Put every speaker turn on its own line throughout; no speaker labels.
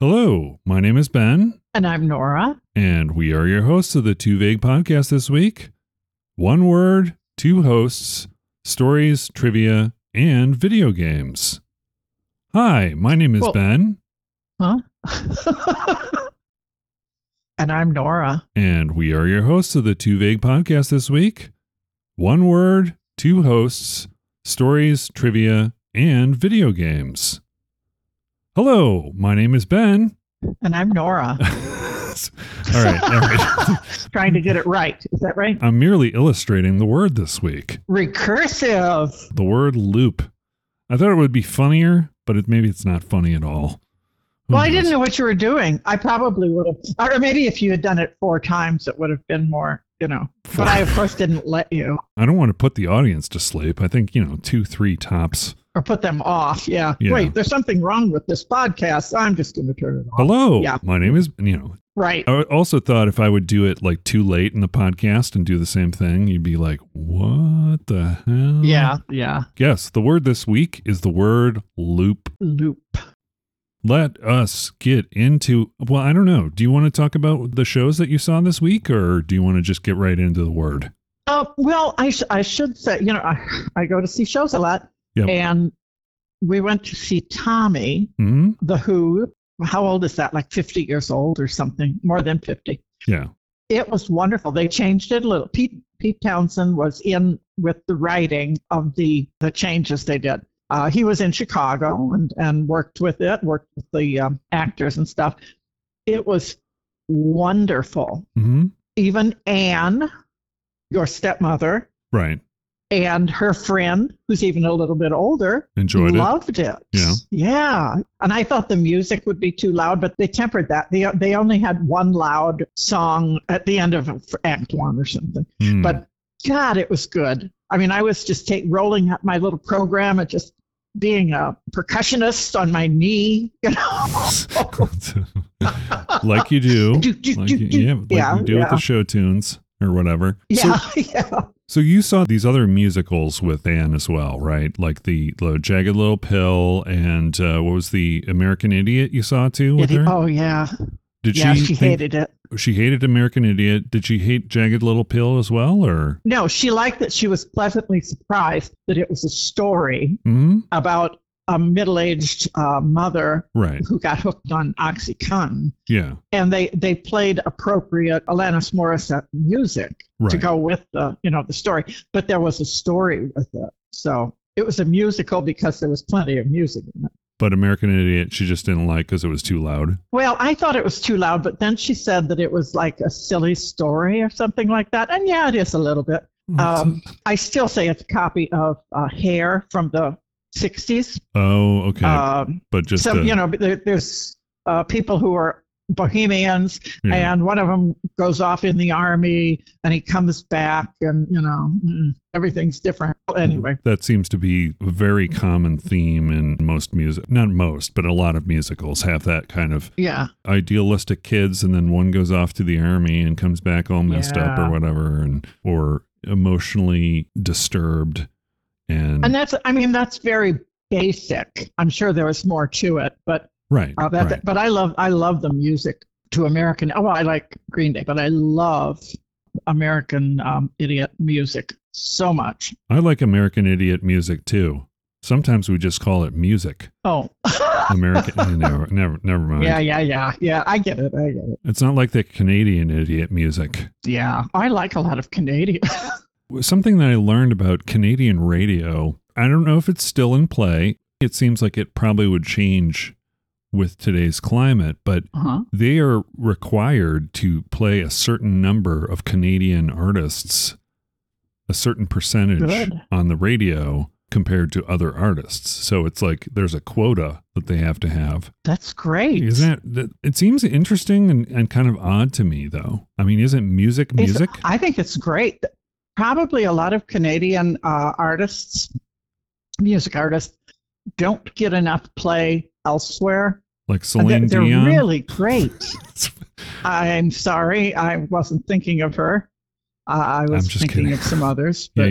Hello, my name is Ben,
And I'm Nora.
and we are your hosts of the Too Vague podcast this week. One word, two hosts, stories, trivia, and video games. Hi, my name is
Well-
Ben,
Huh? and I'm Nora.
and we are your hosts of the Too Vague podcast this week. One word, two hosts, stories, trivia, and video games. Hello, my name is Ben.
And I'm Nora.
all right, all right.
Trying to get it right. Is that right?
I'm merely illustrating the word this week.
Recursive.
the word loop. I thought it would be funnier, but it, maybe it's not funny at all. Who
Well, I
knows?
didn't know what you were doing. I probably would have, or maybe if you had done it four times, it would have been more, you know. But I, of course, didn't let you
I don't want to put the audience to sleep. I think you know two, three tops.
or put them off. Yeah.
Yeah.
Wait, there's something wrong with this podcast. I'm just going to turn it off.
Hello,
Yeah.
my name is. You know,
Right.
I also thought if I would do it like too late in the podcast and do the same thing, you'd be like, "What the hell?"
Yeah. Yeah.
Yes, the word this week is the word loop.
Loop.
Let us get into. Well, I don't know. Do you want to talk about the shows that you saw this week, or do you want to just get right into the word?
Uh, well, I, sh- I should say, you know, I, I go to see shows a lot.
Yep.
And we went to see Tommy,
Hmm.
The Who. How old is that? Like 50 years old or something, more than 50.
Yeah.
It was wonderful. They changed it a little. Pete, Pete Townsend was in with the writing of the, the changes they did. Uh, he was in Chicago and, and worked with it, worked with the um, actors and stuff. It was wonderful.
Hmm.
Even Anne, your stepmother,
Right.
and her friend, who's even a little bit older,
Enjoyed it.
loved it.
Yeah.
Yeah. And I thought the music would be too loud, but they tempered that. They, they only had one loud song at the end of Act One or something.
Hmm.
But God, it was good. I mean, I was just take, rolling up my little program and just being a percussionist on my knee, you know.
like you do,
Do, do,
like
do,
you,
do.
yeah, like you do with the show tunes or whatever. So,
yeah, yeah.
so you saw these other musicals with Anne as well, right? Like the, the Jagged Little Pill and uh, what was the American Idiot you saw too with her?
Oh, yeah.
Did
yeah,
she,
she
think-
hated it.
she hated American Idiot? Did she hate Jagged Little Pill as well, or
No, she liked that she was pleasantly surprised that it was a story
hmm
about a middle aged uh, mother
right?
who got hooked on Oxycontin.
Yeah,
And they, they played appropriate Alanis Morissette music
right.
to go with the you know the story, but there was a story with it, so it was a musical because there was plenty of music in it.
But American Idiot, she just didn't like because it was too loud.
Well, I thought it was too loud, but then she said that it was like a silly story or something like that, and yeah, it is a little bit. Um, I still say it's a copy of uh, Hair from the 60s.
oh, okay.
Um,
but just uh,
so,
a-
you know, there, there's uh, people who are bohemians,
yeah.
and one of them goes off in the army and he comes back, and, you know, mm, everything's different. Well,
Mm-hmm.
Anyway,
That seems to be a very common theme in most music. Not most, but a lot of musicals have that kind of
yeah.
idealistic kids, and then one goes off to the army and comes back all messed up or
Yeah.
whatever, and or emotionally disturbed. And,
And that's, I mean, that's very basic. I'm sure there was more to it, but
right,
uh, that,
right.
but I love I love the music to American. Oh, well, I like Green Day, but I love American um, idiot music so much.
I like American Idiot music too. Sometimes we just call it music.
Oh,
American, eh, never, never, never mind.
yeah, yeah, yeah, yeah. I get it. I get it.
It's not like the Canadian Idiot music.
Yeah, I like a lot of Canadian.
Something that I learned about Canadian radio, I don't know if it's still in play. It seems like it probably would change with today's climate, but
huh?
they are required to play a certain number of Canadian artists, a certain percentage
Good.
on the radio compared to other artists. So it's like there's a quota that they have to have.
That's great.
Isn't that, that it seems interesting and, and kind of odd to me though. I mean, isn't music
It's-
music?
I think it's great. Probably a lot of Canadian uh, artists, music artists, don't get enough play elsewhere.
like
And
Celine
they're,
Dion.
they're really great. I'm sorry, I wasn't thinking of her. Uh, I was
just
thinking
kidding.
of some others.
Yeah,
But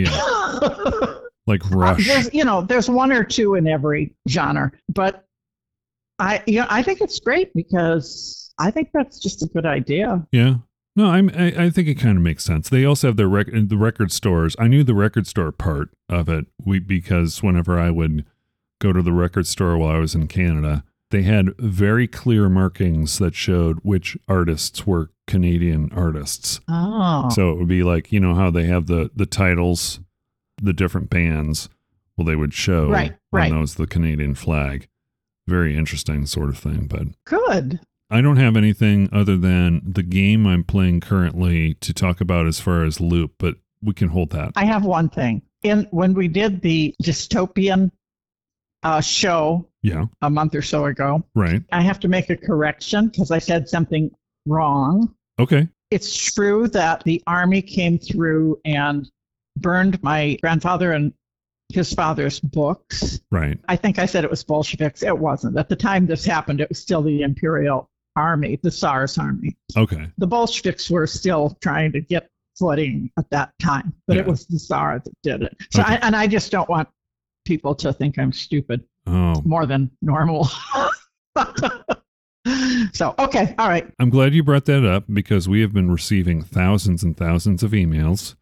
yeah. like Rush.
Uh, there's, you know, there's one or two in every genre, but I you know, I think it's great because I think that's just a good idea.
Yeah. No, I'm, I, I think it kind of makes sense. They also have their rec- the record stores. I knew the record store part of it we, because whenever I would go to the record store while I was in Canada, they had very clear markings that showed which artists were Canadian artists.
Oh,
So it would be like, you know, how they have the, the titles, the different bands. Well, they would show
Right, right.
on those the Canadian flag. Very interesting sort of thing. But
good.
I don't have anything other than the game I'm playing currently to talk about as far as loop, but we can hold that.
I have one thing. In when we did the dystopian uh, show
yeah,
a month or so ago,
right.
I have to make a correction because I said something wrong.
Okay.
It's true that the army came through and burned my grandfather and his father's books.
Right.
I think I said it was Bolsheviks. It wasn't. At the time this happened, it was still the Imperial Army, the Tsar's army.
Okay.
The Bolsheviks were still trying to get footing at that time, but it
Yeah.
was the Tsar that did it. So,
Okay.
I, and I just don't want people to think I'm stupid
Oh,
more than normal. so, okay, all right.
I'm glad you brought that up because we have been receiving thousands and thousands of emails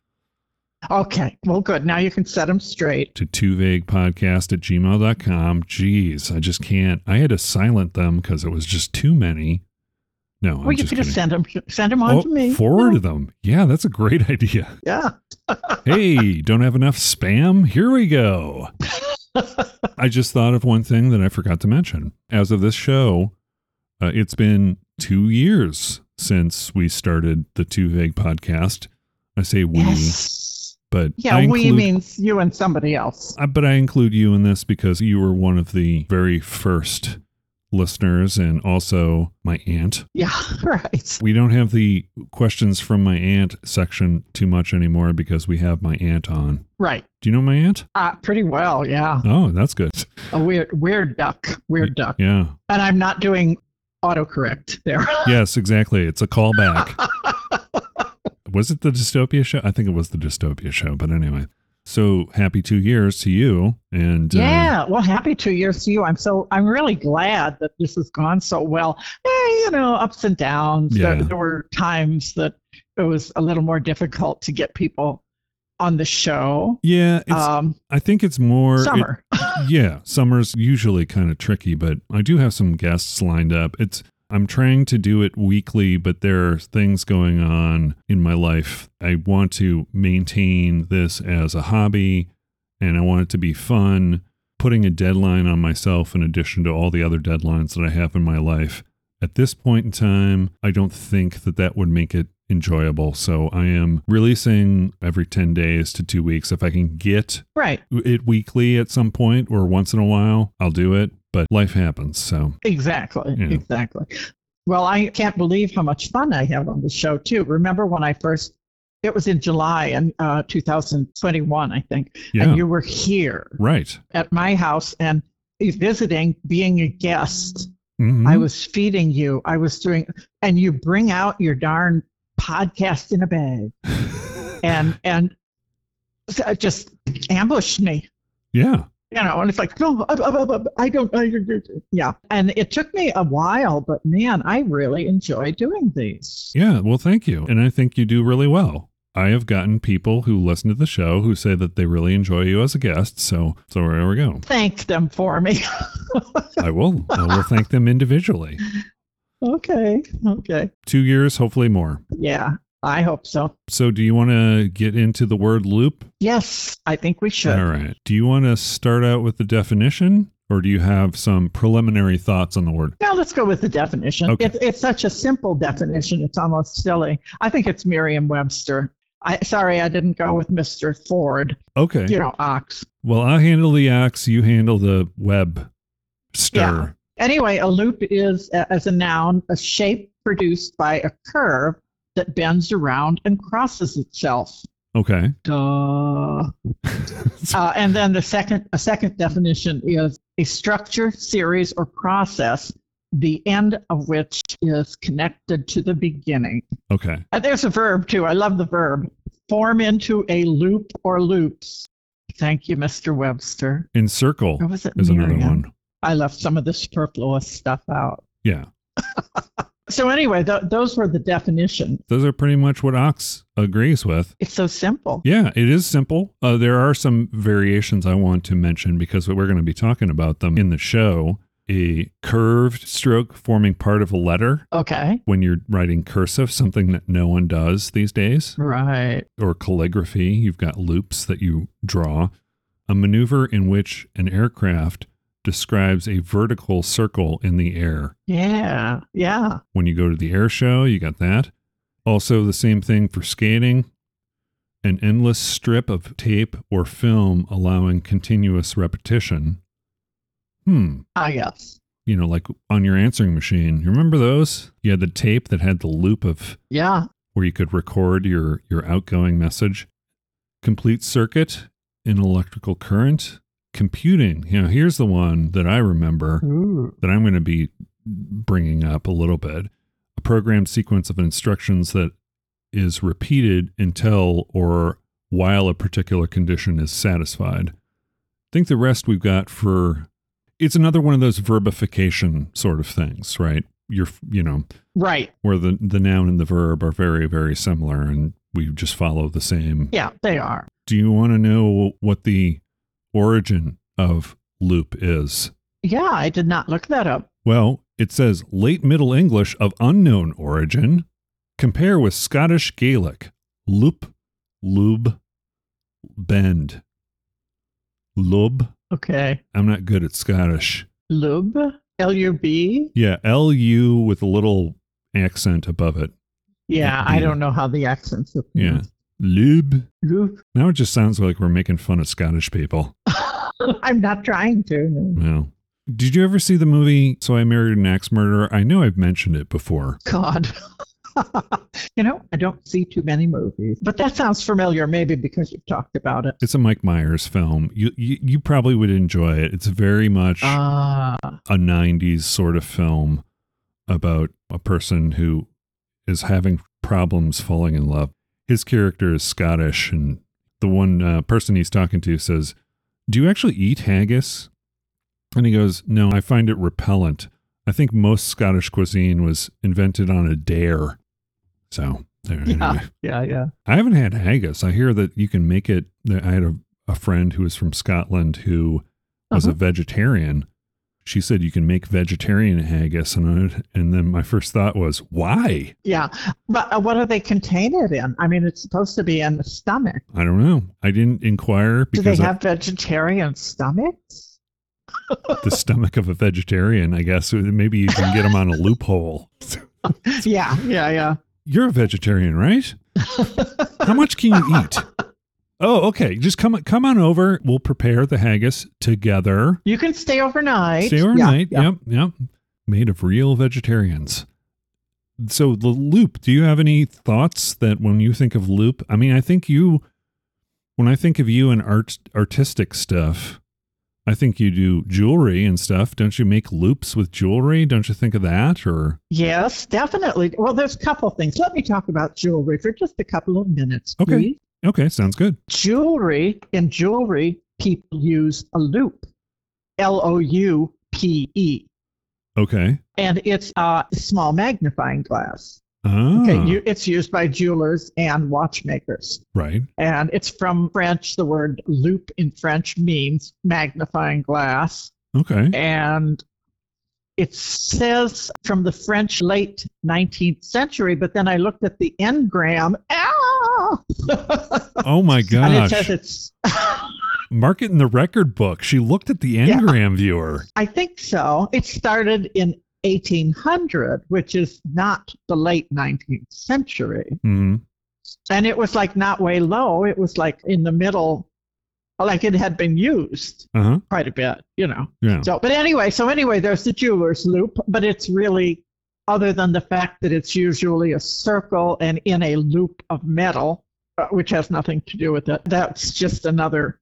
Okay, well, good. Now you can set them straight.
to too vague podcast at gmail.com. Jeez, I just can't. I had to silent them because it was just too many. No,
well,
I'm
you
just
could just
kidding.
send them, send them on
Oh,
to me.
forward them. Yeah, that's a great idea.
Yeah.
hey, don't have enough spam? Here we go. I just thought of one thing that I forgot to mention. As of this show, uh, it's been two years since we started the Too Vague podcast. I say we,
Yes.
but
Yeah,
I
we
include-
means you and somebody else.
I- but I include you in this because you were one of the very first listeners, and also my aunt.
Yeah, right.
We don't have the questions from my aunt section too much anymore because we have my aunt on.
Right.
Do you know my aunt?
Uh, pretty well, yeah.
Oh, that's good.
A weird, weird duck, weird duck.
Yeah.
And I'm not doing autocorrect there.
Yes, exactly. It's a callback. was it the dystopia show? I think it was the dystopia show, but anyway. So happy two years to you. And uh,
Yeah, well, happy two years to you. I'm so I'm really glad that this has gone so well. Eh, you know, ups and downs.
Yeah.
There, there were times that it was a little more difficult to get people on the show.
yeah, it's,
Um,
I think it's more it-
summer.
yeah, summer's usually kind of tricky, but I do have some guests lined up. It's I'm trying to do it weekly, but there are things going on in my life. I want to maintain this as a hobby and I want it to be fun. Putting a deadline on myself in addition to all the other deadlines that I have in my life. At this point in time, I don't think that that would make it enjoyable. So I am releasing every 10 days to two weeks. If I can get
right.
it weekly at some point or once in a while, I'll do it. But life happens. So,
Exactly.
Yeah.
Exactly. Well, I can't believe how much fun I have on the show too. Remember when I first? It was in July in uh, 2021, I think,
yeah,
and you were here
right.
at my house and visiting, being a guest.
Mhm.
I was feeding you. I was doing, and you bring out your darn podcast in a bag, and and s- uh, just ambush me,
yeah,
you know. And it's like, no, I, I, I- I don't. I, yeah, and it took me a while, but man, I really enjoy doing these.
yeah. Well, thank you. And I think you do really well. I have gotten people who listen to the show who say that they really enjoy you as a guest. So, so there we go.
Thank them for me.
I will. I will thank them individually.
okay, okay,
Two years, hopefully more.
yeah, I hope so.
So, do you want to get into the word loop?
Yes, I think we should.
All right. Do you want to start out with the definition, or do you have some preliminary thoughts on the word?
Now let's go with the definition.
Okay.
It's, it's such a simple definition, it's almost silly. I think it's Merriam Webster. I, sorry, I didn't go with Mr. Ford,
Okay.
you know, Ox.
Well, I handle the axe, you handle the web stir.
Anyway, a loop is, a- as a noun, a shape produced by a curve that bends around and crosses itself.
Okay.
Duh. Uh, and then the second, a second definition is a structure, series, or process, the end of which is connected to the beginning.
okay.
And there's a verb too. I love the verb. Form into a loop or loops. Thank you, Mr. Webster.
Encircle
Or was it
is another
Miriam?
one.
I left some of the superfluous stuff out.
Yeah.
So anyway, th- those were the definitions.
Those are pretty much what Ox agrees with.
It's so simple.
Yeah, it is simple. Uh, there are some variations I want to mention because we're going to be talking about them in the show. A curved stroke forming part of a letter
Okay.
when you're writing cursive, something that no one does these days,
Right.
or calligraphy. You've got loops that you draw. A maneuver in which an aircraft describes a vertical circle in the air.
Yeah. Yeah.
when you go to the air show, you got that. Also, the same thing for skating an endless strip of tape or film allowing continuous repetition. Hmm.
I guess.
You know, like on your answering machine. You remember those? You had the tape that had the loop of
Yeah.
where you could record your, your outgoing message. Complete circuit in electrical current. Computing. You know, here's the one that I remember
Ooh.
that I'm going to be bringing up a little bit a programmed sequence of instructions that is repeated until or while a particular condition is satisfied. I think the rest we've got for it's another one of those verbification sort of things, right? You're, you know,
Right.
where the, the noun and the verb are very, very similar and we just follow the same.
Yeah, they are.
Do you want to know what the origin of loop is?
Yeah, I did not look that up.
Well, it says late Middle English of unknown origin. Compare with Scottish Gaelic. Loop, lube, bend. Lub.
Okay.
I'm not good at Scottish.
Lub. L U B.
Yeah, L U with a little accent above it.
Yeah, I
Yeah.
don't know how the accents are
Yeah.
pronounced.
Lube.
Lub.
Now it just sounds like we're making fun of Scottish people.
I'm not trying to.
Well, did you ever see the movie So I Married an Axe Murderer? I know I've mentioned it before.
God. you know, I don't see too many movies, but that sounds familiar maybe because you've talked about it.
It's a Mike Myers film. You you, you probably would enjoy it. It's very much
Ah,
a 90s sort of film about a person who is having problems falling in love. His character is Scottish, and the one uh, person he's talking to says, Do you actually eat haggis? And he goes, No, I find it repellent. I think most Scottish cuisine was invented on a dare. So, there,
yeah,
anyway.
yeah, yeah.
I haven't had haggis. I hear that you can make it. that I had a, a friend who was from Scotland who was a
Uh-huh.
vegetarian. She said you can make vegetarian haggis, and I, and then my first thought was why?
Yeah, but uh, what do they contain it in? I mean, it's supposed to be in the stomach.
I don't know. I didn't inquire
Do they
because I-
have vegetarian stomachs?
the stomach of a vegetarian. I guess maybe you can get them on a loophole.
Yeah, yeah, yeah.
You're a vegetarian, right? How much can you eat? Oh, okay. Just come come on over. We'll prepare the haggis together.
You can stay overnight.
Stay
Yeah,
overnight.
yeah.
Yep, yep. Made of real vegetarians. So the loop. Do you have any thoughts that when you think of loop? I mean, I think you. When I think of you and art artistic stuff, I think you do jewelry and stuff. Don't you make loops with jewelry? Don't you think of that? Or
Yes, definitely. Well, there's a couple things. Let me talk about jewelry for just a couple of minutes.
Okay.
please.
okay, sounds good.
Jewelry, in jewelry, people use a loop, L O U P E,
Okay.
and it's a small magnifying glass.
Ah,
Okay, you, it's used by jewelers and watchmakers.
right.
And it's from French. The word loop in French means magnifying glass.
Okay.
And it says from the French late 19th century, but then I looked at the engram. Ah!
Oh my
and it says
gosh!
it's,
Mark it in the record book. She looked at the
Yeah.
engram viewer.
I think so. It started in 1800, which is not the late 19th century.
hmm
and it was like not way low it was like in the middle like it had been used
Uh huh.
quite a bit you know
Yeah.
so but anyway so anyway there's the jeweler's loop but it's really other than the fact that it's usually a circle and in a loop of metal uh, which has nothing to do with it that's just another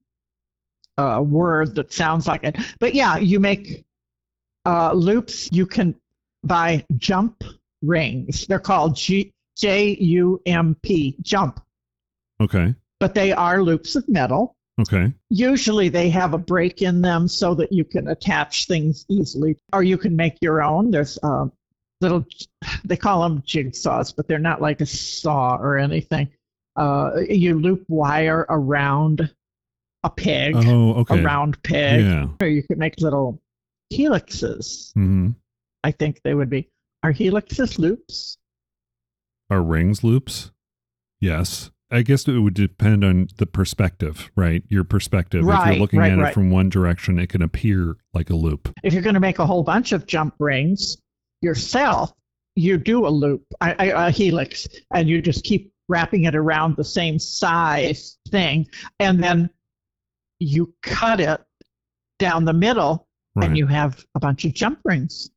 uh, word that sounds like it but yeah you make uh, loops you can buy jump rings they're called G- j-u-m-p jump
Okay.
but they are loops of metal
Okay.
Usually they have a break in them so that you can attach things easily, or you can make your own. There's uh, little, they call them jigsaws, but they're not like a saw or anything. Uh, you loop wire around a peg,
Oh, okay.
a round peg,
yeah.
or you can make little helixes.
Mm-hmm.
I think they would be. Are helixes loops?
Are rings loops? Yes. I guess it would depend on the perspective, right? Your perspective. if you're
Right,
looking
right,
at it
right.
from one direction, it can appear like a loop.
If you're going to make a whole bunch of jump rings yourself, you do a loop, a, a, a helix, and you just keep wrapping it around the same size thing, and then you cut it down the middle,
Right.
and you have a bunch of jump rings.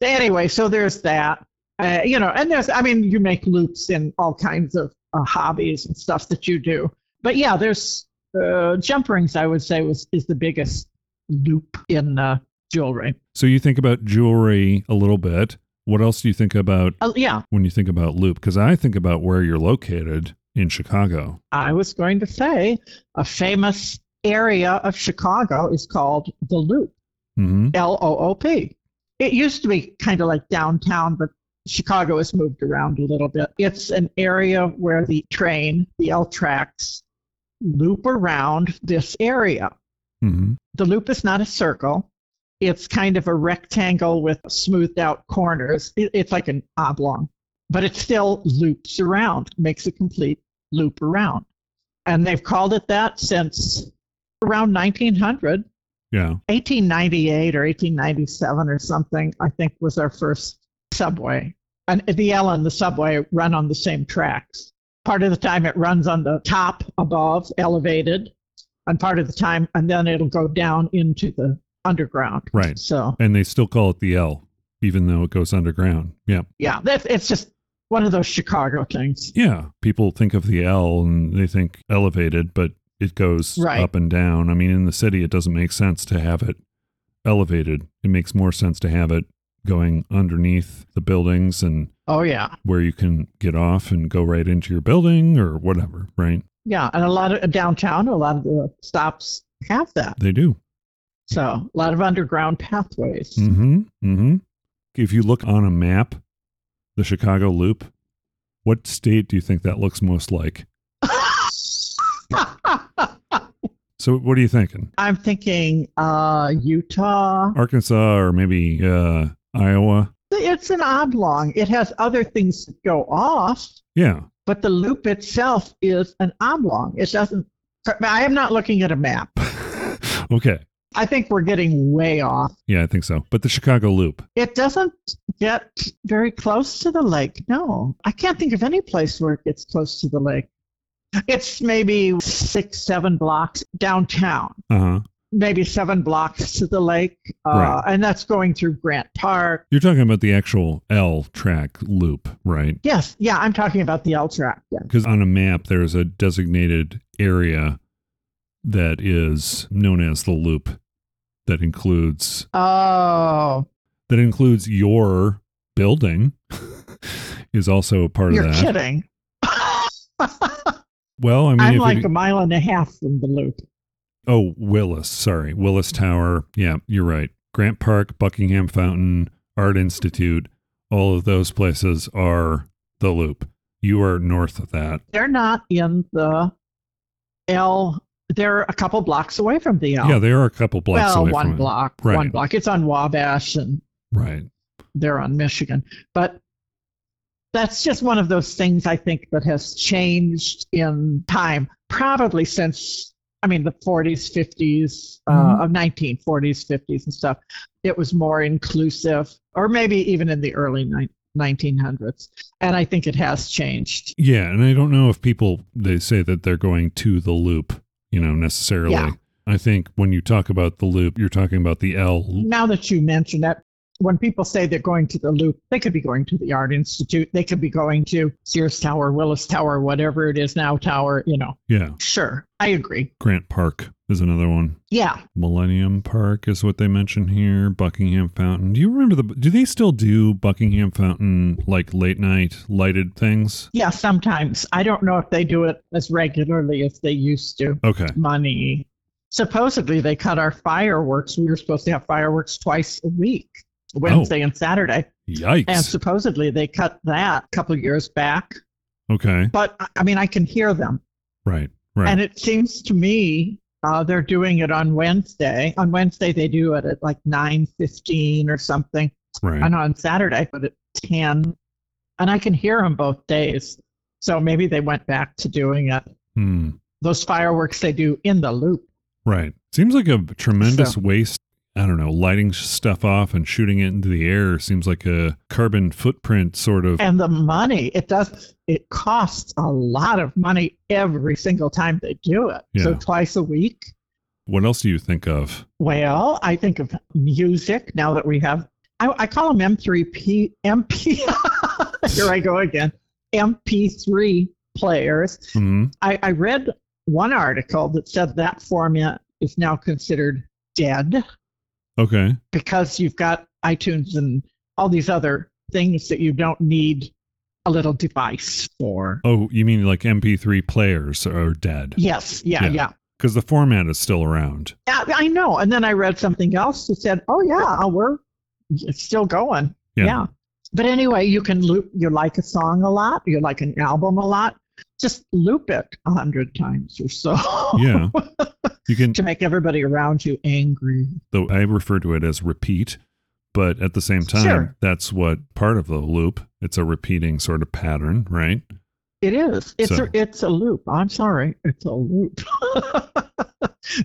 Anyway, so there's that. Uh, you know, and there's, I mean, you make loops in all kinds of uh, hobbies and stuff that you do. But yeah, there's uh, jump rings, I would say, was, is the biggest loop in uh, jewelry.
so you think about jewelry a little bit. What else do you think about
Uh, yeah,
when you think about loop? Because I think about where you're located in Chicago.
I was going to say a famous area of Chicago is called the Loop,
Mm-hmm.
L O O P. It used to be kind of like downtown, but Chicago has moved around a little bit. It's an area where the train, the L tracks, loop around this area.
Mm-hmm.
The loop is not a circle. It's kind of a rectangle with smoothed out corners. It- It's like an oblong, but it still loops around, makes a complete loop around. And they've called it that since around 1900.
Yeah.
1898 or 1897 or something, I think was our first subway. And the L and the subway run on the same tracks. Part of the time it runs on the top above, elevated, and part of the time, and then it'll go down into the underground.
Right.
So,
And they still call it the L, even though it goes underground. Yeah.
yeah, that's, it's just one of those Chicago things.
Yeah. People think of the L and they think elevated, but it goes
Right.
up and down. I mean, in the city, it doesn't make sense to have it elevated. It makes more sense to have it going underneath the buildings and
Oh, yeah.
where you can get off and go right into your building or whatever, right?
Yeah. And a lot of downtown, a lot of the stops have that.
They do.
So, a lot of underground pathways.
Mm-hmm. Mm-hmm. If you look on a map, the Chicago Loop, what state do you think that looks most like? So, what are you thinking?
I'm thinking uh, Utah.
Arkansas or maybe uh, Iowa?
It's an oblong. It has other things that go off,
Yeah.
but the loop itself is an oblong. It doesn't. I am not looking at a map.
okay.
I think we're getting way off.
Yeah, I think so. But the Chicago Loop.
It doesn't get very close to the lake. No, I can't think of any place where it gets close to the lake. It's maybe six, seven blocks downtown.
Uh huh.
Maybe seven blocks to the lake, uh,
Right.
and that's going through Grant Park.
You're talking about the actual L track loop, right?
Yes, yeah, I'm talking about the L track. Yeah.
Because on a map, there's a designated area that is known as the loop that includes
Oh,
that includes your building is also a part
you're
of that.
kidding.
Well, I mean,
I'm
if
like
you,
a mile and a half from the loop.
Oh, Willis. Sorry. Willis Tower. Yeah, you're right. Grant Park, Buckingham Fountain, Art Institute, all of those places are the loop. You are north of that.
They're not in the L. They're a couple blocks away from the L.
Yeah, they are a couple blocks
well,
away
one
from
block,
Right.
one block. It's on Wabash, and
it. Right.
they're on Michigan. But that's just one of those things I think that has changed in time, probably since, I mean, the 40s, 50s,
Mhm.
uh, of 1940s, 50s, and stuff. It was more inclusive, or maybe even in the early ni- 1900s. And I think it has changed.
Yeah, and I don't know if people they say that they're going to the loop, you know, necessarily.
Yeah.
I think when you talk about the loop, you're talking about the L.
Now that you mention it, when people say they're going to the Loop, they could be going to the Art Institute, they could be going to Sears Tower, Willis Tower, whatever it is now, Tower, you know.
Yeah,
Sure, I agree.
Grant Park is another one.
Yeah.
Millennium Park is what they mention here. Buckingham Fountain. Do you remember the? Do they still do Buckingham Fountain like late night lighted things?
Yeah, sometimes. I don't know if they do it as regularly as they used to.
Okay.
Money. Supposedly, they cut our fireworks. We were supposed to have fireworks twice a week, Wednesday and Saturday. And
Yikes.
supposedly, they cut that a couple years back.
Okay.
But I- I mean, I can hear them.
Right. Right.
And it seems to me uh, they're doing it on Wednesday. On Wednesday they do it at like nine fifteen or something,
right.
and on Saturday but at ten. And I can hear them both days, so maybe they went back to doing it.
Hmm.
Those fireworks they do in the loop.
Right. Seems like a tremendous
So-
waste. I don't know. Lighting sh- stuff off and shooting it into the air seems like a carbon footprint sort of.
And the money it does it costs a lot of money every single time they do it. So
Yeah.
twice a week.
What else do you think of?
Well, I think of music now that we have. I, I call them M3P MP. Here I go again. MP3 players.
Hmm.
I, I read one article that said that format is now considered dead
Okay.
because you've got iTunes and all these other things that you don't need a little device for.
Oh, you mean like MP3 players are dead?
Yes, yeah,
Yeah.
yeah.
Because the format is still around.
Yeah, I know. And then I read something else that said, "Oh yeah, we're it's still going."
Yeah.
Yeah. But anyway, you can loop. You like a song a lot. You like an album a lot. Just loop it a hundred times or so
Yeah. you can
to make everybody around you angry.
though I refer to it as repeat, but at the same time,
Sure.
that's what part of the loop. It's a repeating sort of pattern, right?
It is. It's
So-
a, it's a loop. I'm sorry. It's a loop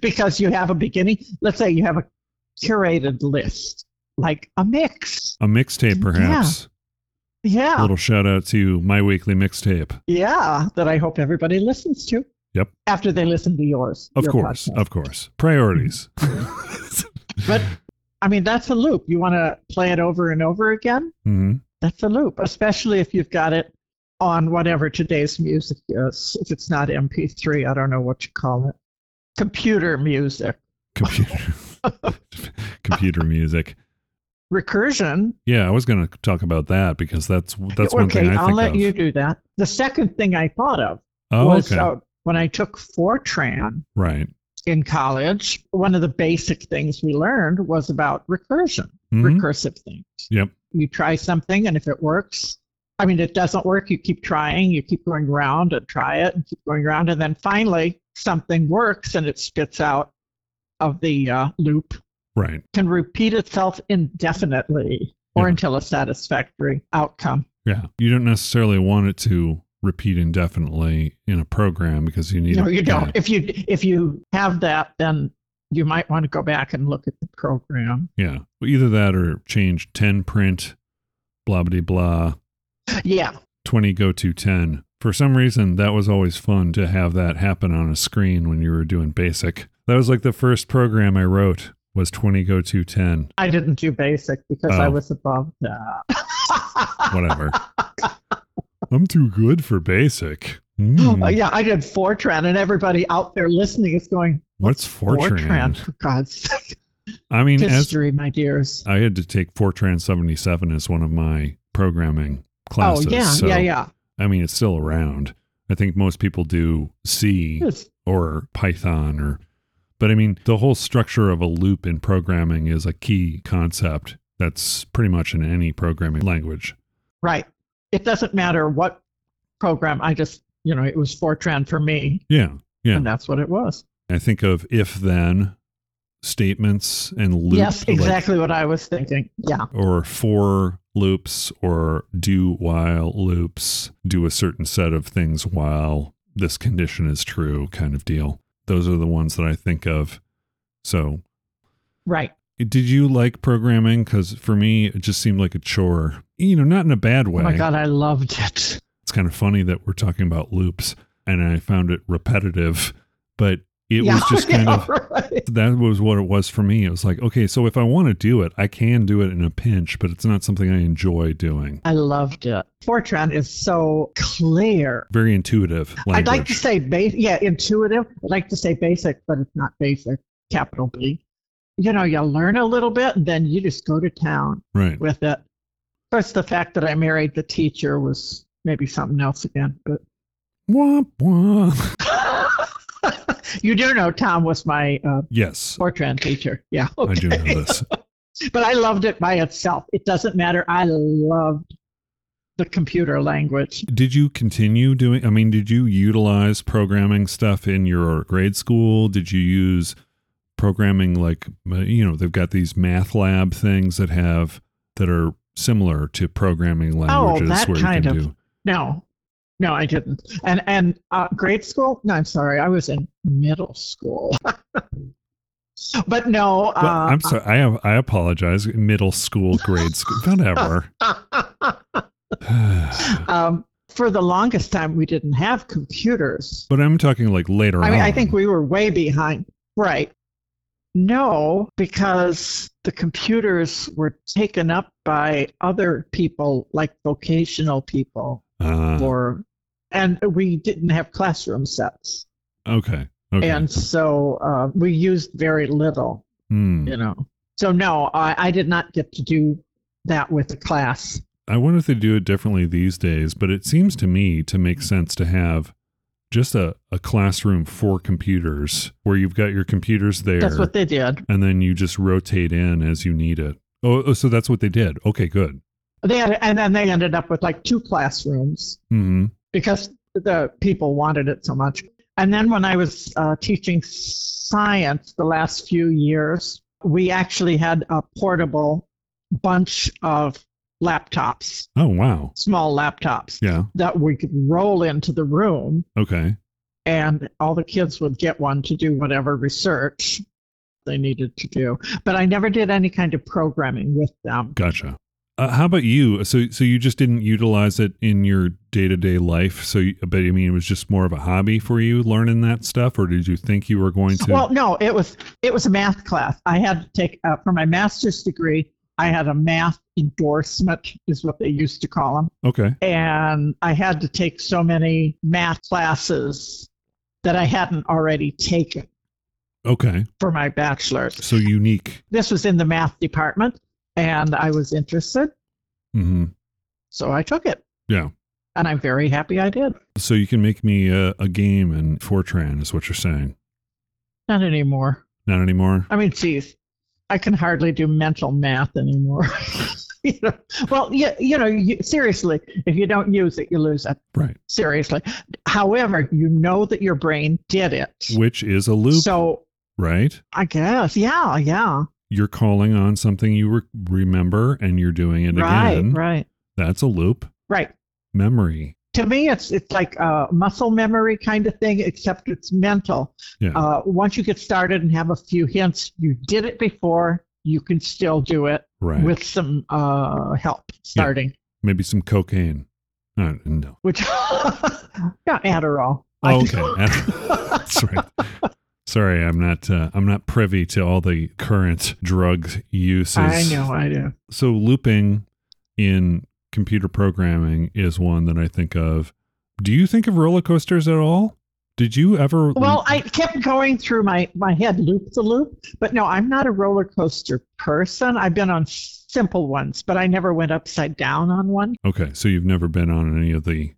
because you have a beginning. Let's say you have a curated list, like a mix.
A mixtape, perhaps.
Yeah.
Little shout out to my weekly mixtape.
Yeah, that I hope everybody listens to.
Yep.
After they listen to yours.
Of
your
course,
podcast.
of course. Priorities.
But I mean, that's a loop. You want to play it over and over again?
hmm
That's a loop, especially if you've got it on whatever today's music is. If it's not MP3, I don't know what you call it. Computer music.
Computer. Computer music.
Recursion.
Yeah, I was going to talk about that because that's that's one
okay,
thing I think
I'll let
of.
you do that. The second thing I thought of
oh,
was
okay.
uh, when I took Fortran
right.
in college, one of the basic things we learned was about recursion.
Mhm.
recursive things.
Yep.
You try something, and if it works, I mean, it doesn't work, you keep trying, you keep going around and try it and keep going around. And then finally, something works and it spits out of the uh, loop,
Right.
can repeat itself indefinitely or
Yeah.
until a satisfactory outcome.
Yeah. You don't necessarily want it to repeat indefinitely in a program because you need
no,
a-
you don't.
yeah.
If you if you have that, then you might want to go back and look at the program.
Yeah. Well, Either that or change 10 print, blah, blah, blah,
Yeah,
20 go to 10. For some reason, that was always fun to have that happen on a screen when you were doing basic. That was like the first program I wrote was 20 go to 10,
I didn't do basic because I
Oh.
was above that.
whatever. I'm too good for basic. Hmm,
Uh, yeah, I did Fortran, and everybody out there listening is going,
What's Fortran?
Fortran, for God's sake.
I mean, as
History, my dears.
I had to take Fortran 77 as one of my programming classes.
oh, yeah,
so,
yeah, yeah.
I mean, it's still around. I think most people do C
It's-
or Python or but I mean the whole structure of a loop in programming is a key concept that's pretty much in any programming language.
right. It doesn't matter what program. I just, you know, it was Fortran for me,
Yeah. Yeah.
and that's what it was.
I think of if then statements and loops
yes,
like-
exactly what I was thinking. Yeah,
or for loops or do while loops do a certain set of things while this condition is true kind of deal. Those are the ones that I think of. So
right.
Did you like programming? Because for me, it just seemed like a chore. You know, not in a bad way.
Oh, my God, I loved it.
It's kind of funny that we're talking about loops, and I found it repetitive, but It
yeah,
was just kind
yeah,
of
right.
that was what it was for me. It was like, okay, so if I want to do it, I can do it in a pinch, but it's not something I enjoy doing.
I loved it. Fortran is so clear.
Very intuitive language.
I'd like to say base, yeah, intuitive. I'd like to say basic, but it's not basic. Capital B. You know, you learn a little bit, and then you just go to town
right.
with it. Of course, the fact that I married the teacher was maybe something else again. But
Womp womp.
you do know Tom was my uh,
Yes,
Fortran teacher. Yeah, okay.
I do know this.
but I loved it by itself. It doesn't matter. I loved the computer language.
Did you continue doing? I mean, did you utilize programming stuff in your grade school? Did you use programming like uh, you know they've got these math lab things that have that are similar to programming languages
Oh, that
where you
kind
can
of-
do
No, no, I didn't. And and uh, grade school? No, I'm sorry. I was in middle school. but no,
Well,
uh,
I'm sorry. I have. I apologize. Middle school, grade school, whatever. but
uh, um, for the longest time, we didn't have computers.
I'm talking like later
I
on.
mean, I think we were way behind. Right. No, because the computers were taken up by other people, like vocational people,
Uh,
or and we didn't have classroom sets,
okay. Okay.
and so uh, we used very little.
Hmm.
You know, so no, I, I did not get to do that with the class.
I wonder if they do it differently these days, but it seems to me to make sense to have just a, a classroom for computers where you've got your computers there
That's what they did.
and then you just rotate in as you need it. Oh, oh, so that's what they did. Okay, good.
They had, and then they ended up with like two classrooms.
hmm
because the people wanted it so much. And then when I was uh, teaching science the last few years, we actually had a portable bunch of laptops,
Oh, wow.
small laptops
Yeah.
that we could roll into the room,
Okay.
and all the kids would get one to do whatever research they needed to do. But I never did any kind of programming with them.
Gotcha. Uh, how about you? So, so you just didn't utilize it in your day to day life. So, you, but I mean, it was just more of a hobby for you learning that stuff, or did you think you were going to?
Well, no, it was it was a math class. I had to take uh, for my master's degree. I had a math endorsement, is what they used to call them,
okay.
and I had to take so many math classes that I hadn't already taken
Okay.
for my bachelor's.
So unique.
This was in the math department, and I was interested,
hmm
so I took it.
Yeah.
and I'm very happy I did.
So you can make me a, a game in Fortran, is what you're saying?
Not anymore.
Not anymore.
I mean, geez, I can hardly do mental math anymore. you know, well, you, you know, you, seriously, if you don't use it, you lose it.
Right.
Seriously. However, you know that your brain did it.
Which is a loop,
So
right?
I guess, yeah, yeah,
You're calling on something you re- remember, and you're doing it
right,
again.
right,
That's a loop.
right.
Memory.
To me, it's it's like a muscle memory kind of thing, except it's mental.
Yeah.
Uh, once you get started and have a few hints, you did it before. You can still do it
Right.
with some uh, help starting.
Maybe some cocaine. Uh, no.
which not Adderall. I-
Oh, okay. Sorry. Sorry, I'm not. Uh, I'm not privy to all the current drug uses.
I know, I do.
So looping in computer programming is one that I think of. Do you think of roller coasters at all? Did you ever?
Well, I kept going through my my head loop the loop, but no, I'm not a roller coaster person. I've been on simple ones, but I never went upside down on one.
okay. So you've never been on any of the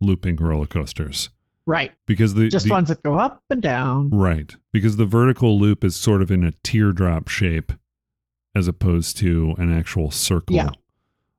looping roller coasters
Right,
because the,
just
the
ones that go up and down.
right because the vertical loop is sort of in a teardrop shape as opposed to an actual circle.
Yeah.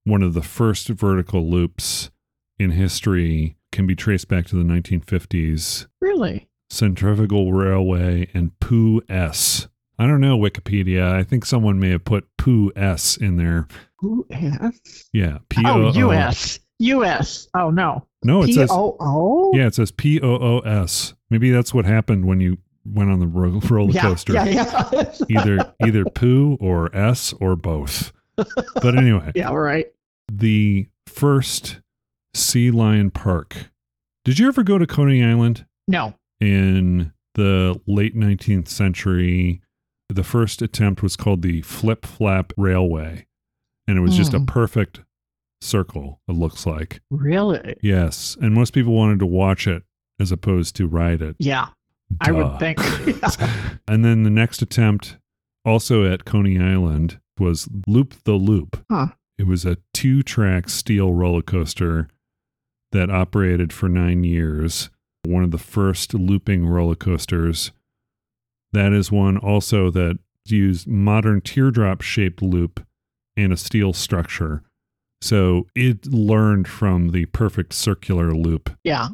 One of the first vertical loops in history can be traced back to the 1950s
Really?
Centrifugal Railway, and Pooh S. I don't know Wikipedia. I think someone may have put Pooh S in there.
Who is?
Yeah, P O
Oh,
O.
U.S. U.S. Oh no.
No, it
P
says
O O.
yeah, it says P O O S. Maybe that's what happened when you went on the ro- roller
Yeah,
coaster.
yeah, yeah.
either either Pooh or S or both. But anyway,
yeah, right.
the first Sea Lion Park. Did you ever go to Coney Island
No,
in the late 19th century. The first attempt was called the Flip Flap Railway, and it was just a
Mm.
perfect circle, it looks like.
Really?
Yes. And most people wanted to watch it as opposed to ride it.
Yeah, I
Duh.
would think.
and then the next attempt, also at Coney Island, was Loop the Loop.
Huh.
It was a two track steel roller coaster that operated for nine years, one of the first looping roller coasters. That is one also that used modern teardrop shaped loop and a steel structure. So it learned from the perfect circular loop
Yeah.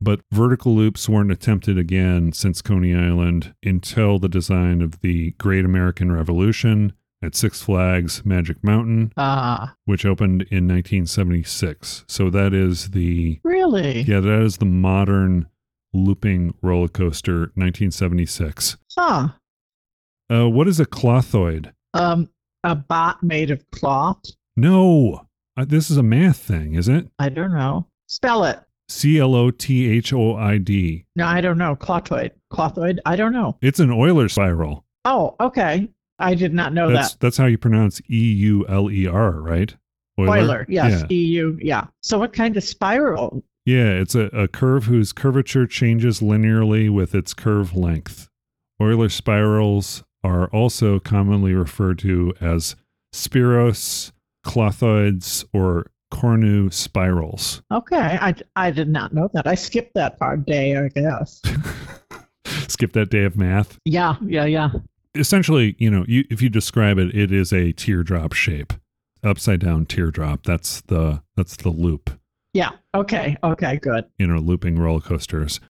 but vertical loops weren't attempted again since Coney Island until the design of the Great American Revolution at Six Flags Magic Mountain,
Uh,
which opened in 1976. So that is the
really?
yeah, that is the modern looping roller coaster 1976.
Huh.
Uh, what is a clothoid?
Um, a bot made of cloth.
No, uh, this is a math thing, is it?
I don't know. Spell it.
C L O T H O I D.
No, I don't know. Clothoid. Clothoid. I don't know.
It's an Euler spiral.
Oh, okay. I did not know
that's
that.
that's how you pronounce E U L E R, right?
Euler. Yes.
Yeah.
EU. Yeah. So what kind of spiral?
Yeah, it's a, a curve whose curvature changes linearly with its curve length. Euler spirals are also commonly referred to as spiros, clothoids, or Cornu spirals.
Okay. I, I did not know that. I skipped that part day, I guess.
Skip that day of math.
yeah. Yeah. Yeah.
Essentially, you know, you, if you describe it, it is a teardrop shape, upside down teardrop. That's the that's the loop.
Yeah. Okay. Okay. Good.
you know, looping roller coasters.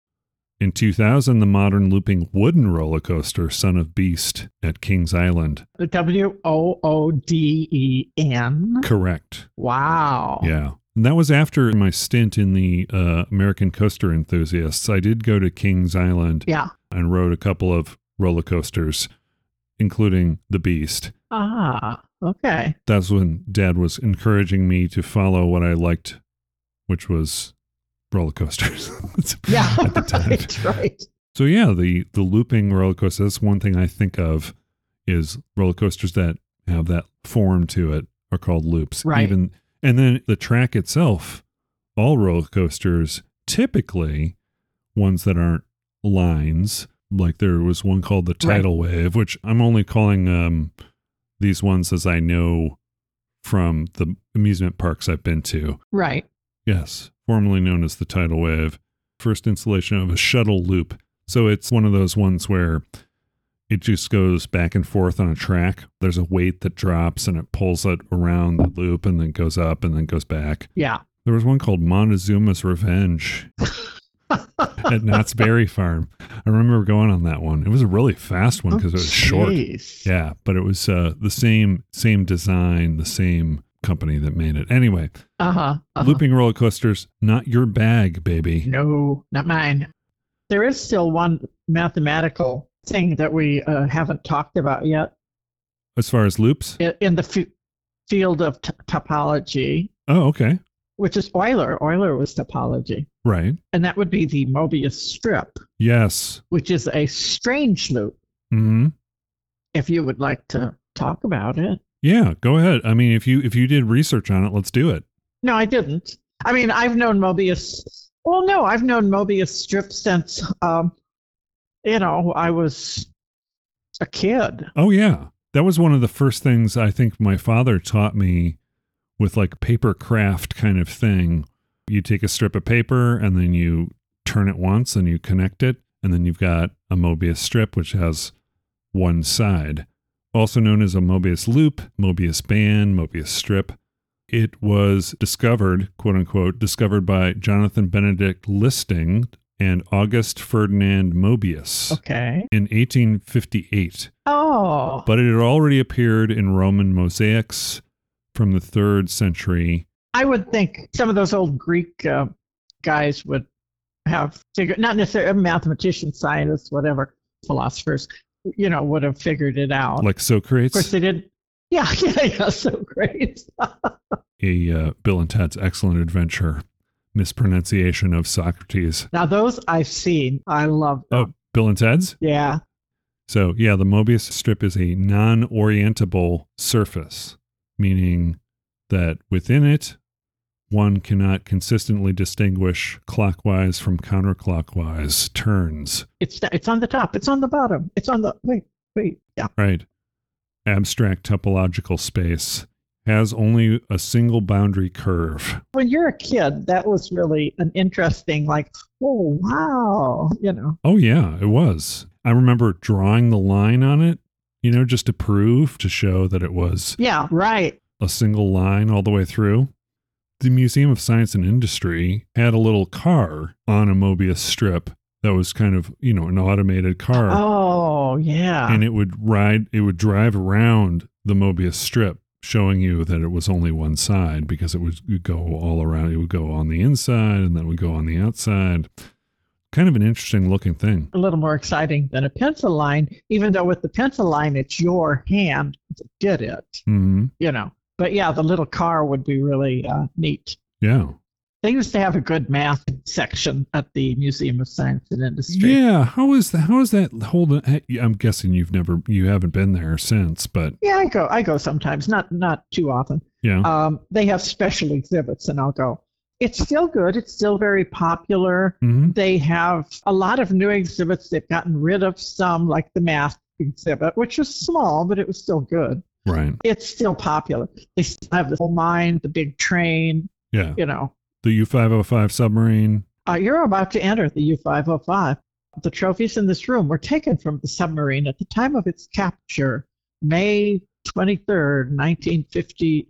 In 2000, the modern looping wooden roller coaster, Son of Beast, at Kings Island.
W O O D E N.
Correct.
Wow.
Yeah. And that was after my stint in the uh, American Coaster Enthusiasts. I did go to Kings Island
Yeah.
and rode a couple of roller coasters, including the Beast.
Ah. Okay.
That's when Dad was encouraging me to follow what I liked, which was roller coasters.
Yeah.
At the time.
Right. Right.
So yeah, the the looping roller coaster. That's one thing I think of is roller coasters that have that form to it are called loops.
Right.
Even and then the track itself, all roller coasters typically ones that aren't lines. Like there was one called the
Right.
tidal wave, which I'm only calling um these ones as I know from the amusement parks I've been to.
Right.
Yes, formerly known as the tidal wave, first installation of a shuttle loop. So it's one of those ones where it just goes back and forth on a track. There's a weight that drops and it pulls it around the loop and then goes up and then goes back.
Yeah.
There was one called Montezuma's Revenge at Knott's Berry Farm. I remember going on that one. It was a really fast
Oh,
one because it was short.
Jeez.
Yeah, but it was uh, the same same design, the same company that made it. Anyway,
Uh-huh. uh-huh.
Looping roller coasters, not your bag, baby.
No, not mine. There is still one mathematical thing that we uh, haven't talked about yet
As far as loops?
i- in the f- field of t- topology,
Oh, okay.
which is Euler. Euler was topology.
Right.
And that would be the Mobius strip,
Yes.
which is a strange loop,
hmm
if you would like to talk about it.
Yeah. Go ahead. I mean, if you if you did research on it, let's do it.
No, I didn't. I mean, I've known Mobius. Well, no, I've known Mobius strip since, um, you know, I was a kid.
Oh, yeah. That was one of the first things I think my father taught me with like paper craft kind of thing. You take a strip of paper and then you turn it once and you connect it, and then you've got a Mobius strip which has one side, also known as a Mobius loop, Mobius band, Mobius strip. It was discovered, quote unquote, discovered by Jonathan Benedict Listing and August Ferdinand Mobius
Okay.
in 1858
Oh.
but it had already appeared in Roman mosaics from the third century.
I would think some of those old Greek uh, guys would have figured, not necessarily mathematicians, scientists, whatever, philosophers, you know, would have figured it out.
Like
of course,
Socrates,
they did. Yeah, yeah, yeah. So great.
a uh, Bill and Ted's Excellent Adventure mispronunciation of Socrates.
now those I've seen. I love.
Oh, Bill and Ted's.
Yeah.
So, yeah, the Mobius strip is a non orientable surface, meaning that within it, one cannot consistently distinguish clockwise from counterclockwise turns.
It's it's on the top. It's on the bottom. It's on the wait wait yeah.
Right. Abstract topological space has only a single boundary curve.
When you're a kid, that was really an interesting like oh wow you know
Oh, yeah, it was. I remember drawing the line on it, you know, just to prove, to show that it was
yeah right
a single line all the way through. The Museum of Science and Industry had a little car on a Mobius strip that was kind of, you know, an automated car.
oh yeah
And it would ride, it would drive around the Mobius strip, showing you that it was only one side because it would it'd go all around. It would go on the inside and then would go on the outside. Kind of an interesting looking thing.
a little more exciting than a pencil line, even though with the pencil line, it's your hand that did it,
hmm
you know. But yeah, the little car would be really uh, neat.
Yeah.
They used to have a good math section at the Museum of Science and Industry.
Yeah, how is that? How is that holding? I'm guessing you've never, you haven't been there since, but
Yeah, I go. I go sometimes, not not too often.
yeah,
Um, they have special exhibits, and I'll go. It's still good. It's still very popular.
hmm
They have a lot of new exhibits. They've gotten rid of some, like the math exhibit, which was small, but it was still good.
right,
it's still popular. They still have the whole mine, the big train,
yeah.
you know.
The U-505 submarine.
Uh, you're about to enter the U 505. The trophies in this room were taken from the submarine at the time of its capture, May 23rd, 1950,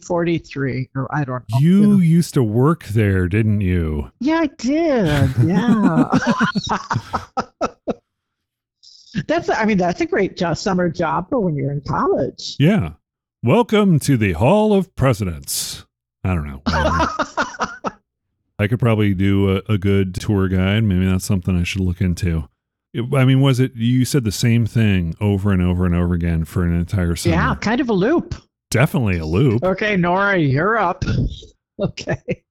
1943, or I don't know.
You
know.
used to work there, didn't you?
Yeah, I did. Yeah. that's, I mean, that's a great job, summer job for when you're in college.
Yeah. Welcome to the Hall of Presidents. I don't know. whatever. I could probably do a, a good tour guide. Maybe that's something I should look into. It- I mean, was it? You said the same thing over and over and over again for an entire summer.
yeah, Uh, kind of a loop.
Definitely a loop.
Okay, Nora, you're up. Okay.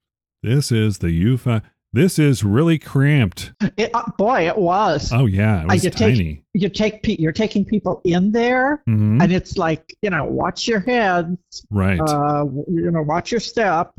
This is the U5. This is really cramped.
It, uh, boy, it was.
Oh yeah, it
I
was
could take-
tiny.
you take pe- you're taking people in there,
Mhm.
and it's like you know, watch your head,
right.
uh, w- you know, watch your step.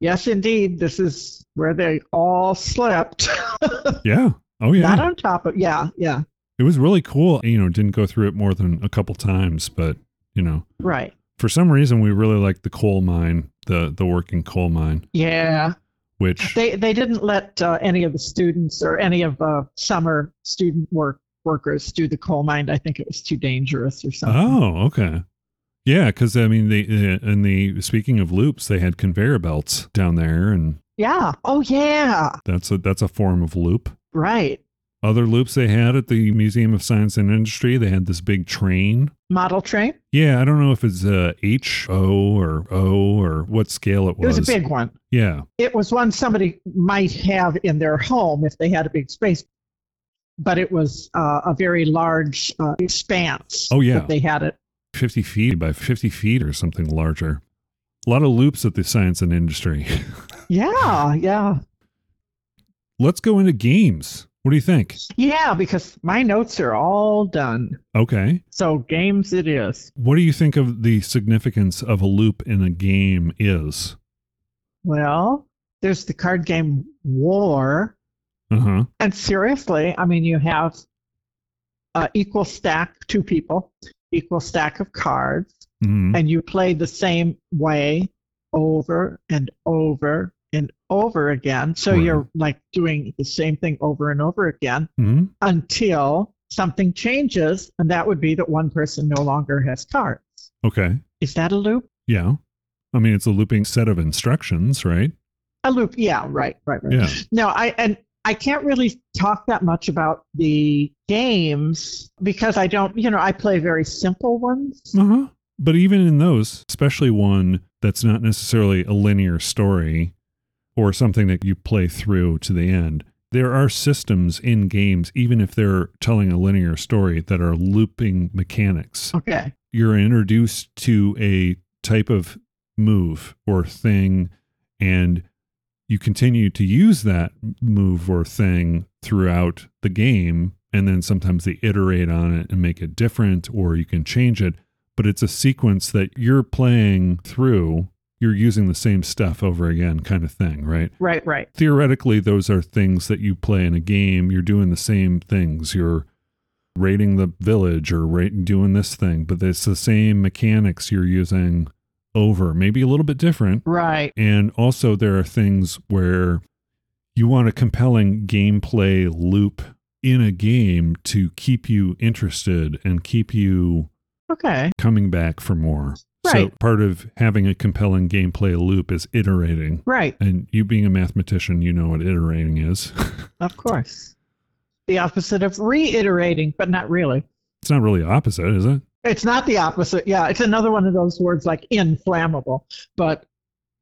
Yes, indeed, this is where they all slept.
yeah. Oh yeah.
Not on top of yeah, yeah,
it was really cool. You know, didn't go through it more than a couple times, but you know,
right,
for some reason we really liked the coal mine, the the working coal mine,
yeah.
which
They they didn't let uh, any of the students or any of uh, summer student work workers do the coal mine. I think it was too dangerous or something.
Oh, okay. Yeah, cuz I mean they uh, and the speaking of loops, they had conveyor belts down there and
Yeah. Oh yeah.
that's a that's a form of loop.
Right.
Other loops they had at the Museum of Science and Industry, they had this big train
Model train.
Yeah, I don't know if it's uh, H O or O or what scale it
It was
was.
a big one.
Yeah,
It was one somebody might have in their home if they had a big space, but it was uh, a very large uh, expanse.
Oh, yeah.
That they had it.
fifty feet by fifty feet or something larger. A lot of loops at the science and industry.
Yeah, yeah,
Let's go into games. What do you think?
yeah. Because my notes are all done.
Okay,
So games, it is.
what do you think of the significance of a loop in a game is?
Well, there's the card game War,
Uh huh.
and seriously, I mean, you have uh, equal stack, two people, equal stack of cards.
hmm
and you play the same way over and over and over again. So
Right.
you're like doing the same thing over and over again
hmm
until something changes, and that would be that one person no longer has cards.
Okay.
Is that a loop?
Yeah. I mean, it's a looping set of instructions, right?
A loop, yeah, right, right, right.
Yeah.
No, I and I can't really talk that much about the games because I don't, you know, I play very simple ones.
Uh huh. But even in those, especially one that's not necessarily a linear story or something that you play through to the end, there are systems in games, even if they're telling a linear story, that are looping mechanics.
Okay,
You're introduced to a type of move or thing, and you continue to use that move or thing throughout the game and then sometimes they iterate on it and make it different or you can change it but it's a sequence that you're playing through you're using the same stuff over again kind of thing right
Right, right.
theoretically those are things that you play in a game you're doing the same things you're raiding the village or ra- doing this thing but it's the same mechanics you're using over maybe a little bit different
Right.
and also, there are things where you want a compelling gameplay loop in a game to keep you interested and keep you
Okay.
coming back for more. So,
Right.
part of having a compelling gameplay loop is iterating.
Right.
And you being a mathematician, you know what iterating is.
Of course. The opposite of reiterating, but not really.
it's not really opposite, is it?
It's not the opposite. Yeah, it's another one of those words like inflammable. But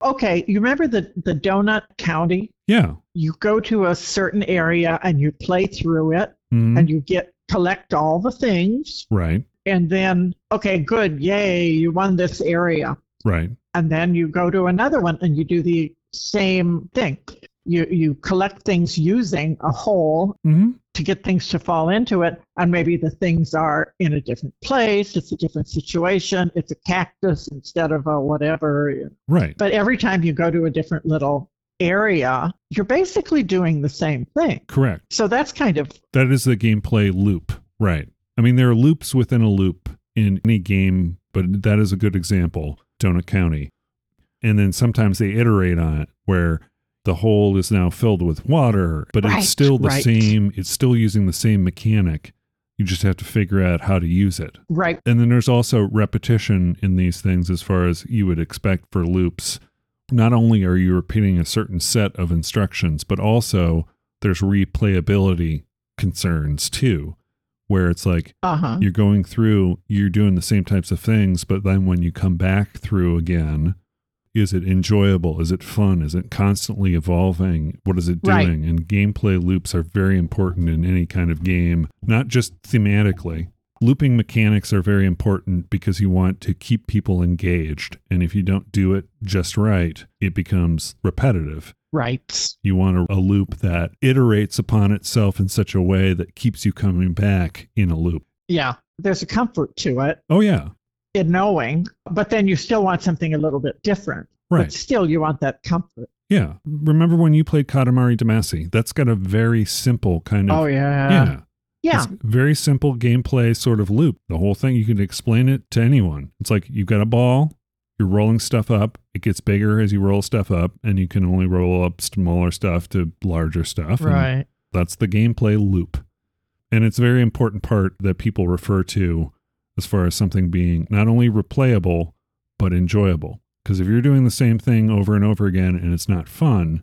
okay, you remember the, the donut county?
Yeah.
You go to a certain area and you play through it
Mhm.
and you get collect all the things
right.
and then okay, good, yay, you won this area.
Right.
And then you go to another one and you do the same thing. You you collect things using a whole
hmm
to get things to fall into it. And maybe the things are in a different place, it's a different situation, it's a cactus instead of a whatever.
Right.
But every time you go to a different little area, you're basically doing the same thing.
Correct.
So that's kind of
That is the gameplay loop, right? I mean, there are loops within a loop in any game, but that is a good example, Donut County. And then sometimes they iterate on it where the hole is now filled with water, but
Right,
it's still the
right.
same, it's still using the same mechanic. You just have to figure out how to use it.
right.
And then there's also repetition in these things as far as you would expect for loops. Not only are you repeating a certain set of instructions, but also there's replayability concerns too, where it's like
Uh huh.
you're going through, you're doing the same types of things, but then when you come back through again, is it enjoyable? Is it fun? Is it constantly evolving? What is it doing?
Right.
And gameplay loops are very important in any kind of game, not just thematically. Looping mechanics are very important because you want to keep people engaged. And if you don't do it just right, it becomes repetitive.
Right.
You want a, a loop that iterates upon itself in such a way that keeps you coming back in a loop.
Yeah. There's a comfort to it
Oh, yeah.
in knowing, but then you still want something a little bit different.
Right.
But still, you want that comfort.
Yeah. Remember when you played Katamari Damacy? That's got a very simple kind of.
Oh, yeah.
Yeah.
Yeah.
It's very simple gameplay sort of loop. The whole thing, you can explain it to anyone. It's like you've got a ball, you're rolling stuff up, it gets bigger as you roll stuff up, and you can only roll up smaller stuff to larger stuff. and
Right.
that's the gameplay loop. And it's a very important part that people refer to as far as something being not only replayable, but enjoyable. Because if you're doing the same thing over and over again and it's not fun,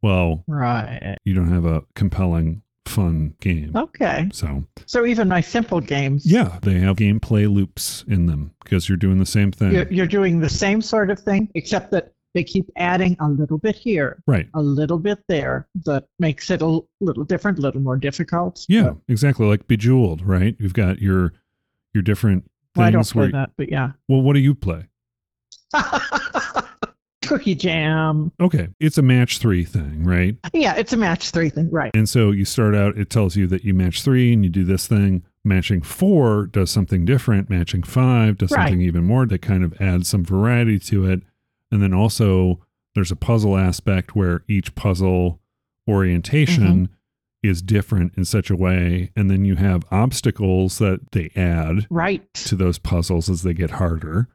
well,
Right.
you don't have a compelling, fun game.
Okay.
So,
So even my simple games.
yeah, they have gameplay loops in them because you're doing the same thing.
You're, you're doing the same sort of thing, except that they keep adding a little bit here,
Right.
a little bit there, that makes it a l- little different, a little more difficult.
Yeah, exactly. Like Bejeweled, right? You've got your your different things
Well, I don't play
where
that, but yeah.
well, what do you play?
Cookie Jam.
Okay, it's a match 3 thing, right?
Yeah, it's a match three thing, right?
And so you start out, it tells you that you match three and you do this thing. Matching four does something different. Matching five does
Right.
something even more that kind of adds some variety to it. And then also, there's a puzzle aspect where each puzzle orientation
Mm-hmm.
is different in such a way. And then you have obstacles that they add
Right.
to those puzzles as they get harder,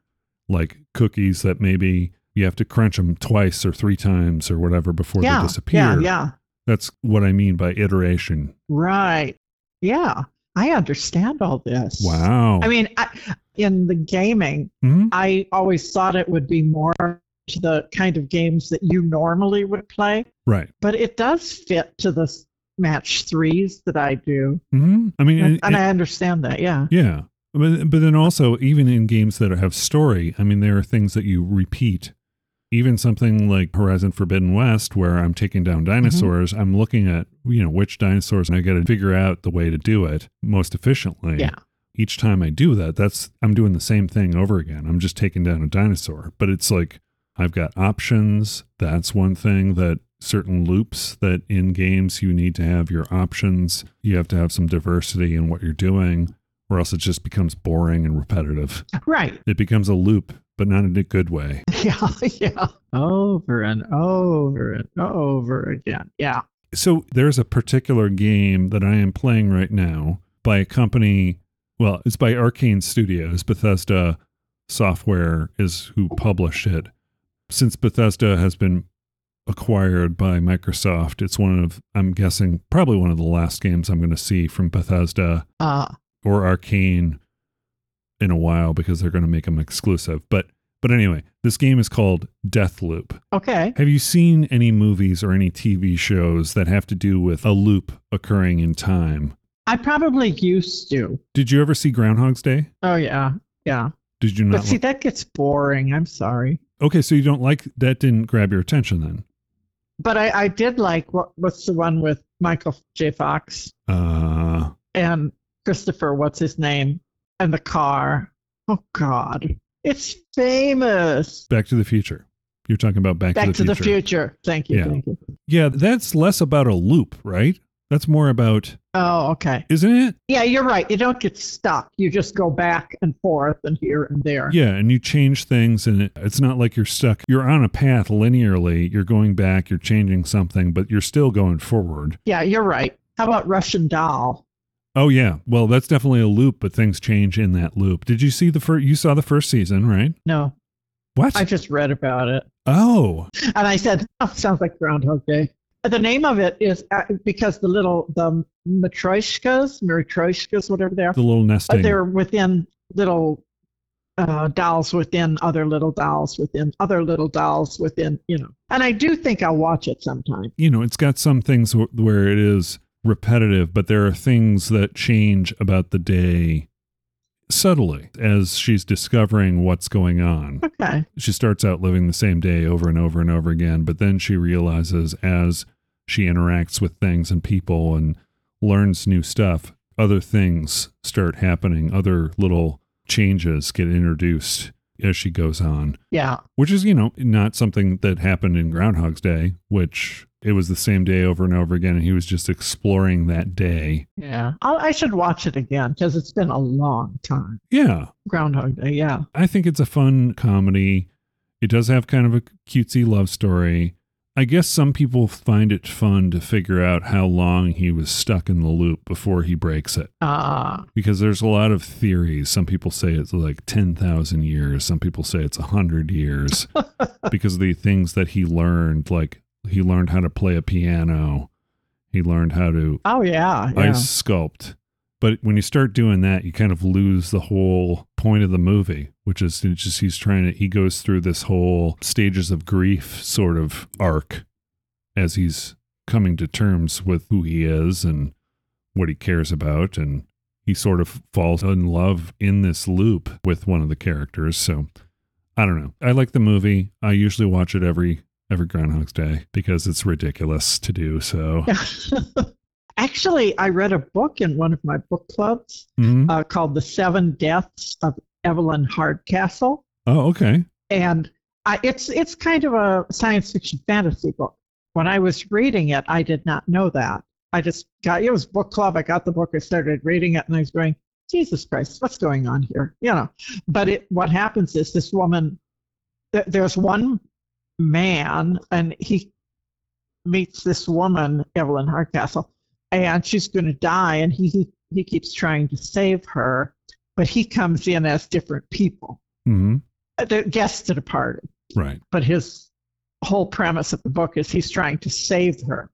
like cookies that maybe you have to crunch them twice or three times or whatever before
yeah,
they disappear.
Yeah, yeah.
That's what I mean by iteration.
Right. Yeah. I understand all this.
Wow.
I mean, I, in the gaming,
Mhm.
I always thought it would be more to the kind of games that you normally would play,
right.
but it does fit to the s- match threes that I do.
hmm I mean,
And,
and,
and I understand that, yeah.
yeah. But, but then also, even in games that have story, I mean, there are things that you repeat. Even something like Horizon Forbidden West, where I'm taking down
Mm-hmm.
dinosaurs, I'm looking at, you know, which dinosaurs, and I got to figure out the way to do it most efficiently.
Yeah.
Each time I do that, that's, I'm doing the same thing over again. I'm just taking down a dinosaur. But it's like, I've got options. That's one thing that certain loops that in games you need to have your options. You have to have some diversity in what you're doing, or else it just becomes boring and repetitive.
Right.
It becomes a loop, but not in a good way.
Yeah. Yeah. Over and over and over again. Yeah.
So there's a particular game that I am playing right now by a company. Well, it's by Arcane Studios. Bethesda Software is who published it. Since Bethesda has been acquired by Microsoft, it's one of, I'm guessing, probably one of the last games I'm going to see from Bethesda
Uh,
or Arcane in a while because they're going to make them exclusive. But but anyway, this game is called Deathloop.
okay.
Have you seen any movies or any TV shows that have to do with a loop occurring in time?
I probably used to.
Did you ever see Groundhog's Day?
Oh, yeah. Yeah.
Did you not?
But see,
li-
that gets boring. I'm sorry.
okay, so you don't like that? Didn't grab your attention then?
But I, I did like what, what's the one with Michael J. Fox
Uh,
and Christopher, what's his name, and the car. Oh, God. It's famous.
Back to the Future. You're talking about Back,
Back to the Future. Thank you.
Yeah.
Thank you.
Yeah, that's less about a loop, right? That's more about,
Oh, okay.
isn't it?
Yeah, you're right. You don't get stuck. You just go back and forth and here and there.
Yeah, and you change things, and it, it's not like you're stuck. You're on a path linearly. You're going back, you're changing something, but you're still going forward.
Yeah, you're right. How about Russian Doll?
Oh, yeah. Well, that's definitely a loop, but things change in that loop. Did you see the first? You saw the first season, right?
No,
What?
I just read about it.
oh,
And I said, oh, sounds like Groundhog Day. Uh, The name of it is uh, because the little, the matryoshkas, matryoshkas, whatever they are, uh,
the little nesting.
they're within little uh, dolls within other little dolls within other little dolls within, you know. And I do think I'll watch it sometime.
you know, it's got some things wh- where it is repetitive, but there are things that change about the day subtly as she's discovering what's going on.
Okay.
she starts out living the same day over and over and over again, but then she realizes as she interacts with things and people and learns new stuff, other things start happening, other little changes get introduced as she goes on,
Yeah.
which is, you know, not something that happened in Groundhog's Day, which it was the same day over and over again, and he was just exploring that day.
Yeah. I'll, I should watch it again because it's been a long time.
Yeah,
Groundhog Day. Yeah.
I think it's a fun comedy. It does have kind of a cutesy love story. I guess some people find it fun to figure out how long he was stuck in the loop before he breaks it.
Uh,
Because there's a lot of theories. Some people say it's like 10,000 years. Some people say it's 100 years because of the things that he learned. Like he learned how to play a piano, he learned how to
oh, yeah. yeah.
ice sculpt. But when you start doing that, you kind of lose the whole point of the movie, which is it's just he's trying to he goes through this whole stages of grief sort of arc as he's coming to terms with who he is and what he cares about and he sort of falls in love in this loop with one of the characters. So I don't know. I like the movie. I usually watch it every every Groundhog's Day because it's ridiculous to do so.
Actually, I read a book in one of my book clubs
Mhm.
uh, called The Seven Deaths of Evelyn Hardcastle.
Oh, okay.
And I, it's, it's kind of a science fiction fantasy book. When I was reading it, I did not know that. I just got, it was book club. I got the book, I started reading it, and I was going, Jesus Christ, what's going on here? You know, but it, what happens is this woman, th- there's one man, and he meets this woman, Evelyn Hardcastle, and she's going to die, and he, he he keeps trying to save her, but he comes in as different people,
hmm
uh, they're guests at a party.
Right.
But his whole premise of the book is he's trying to save her.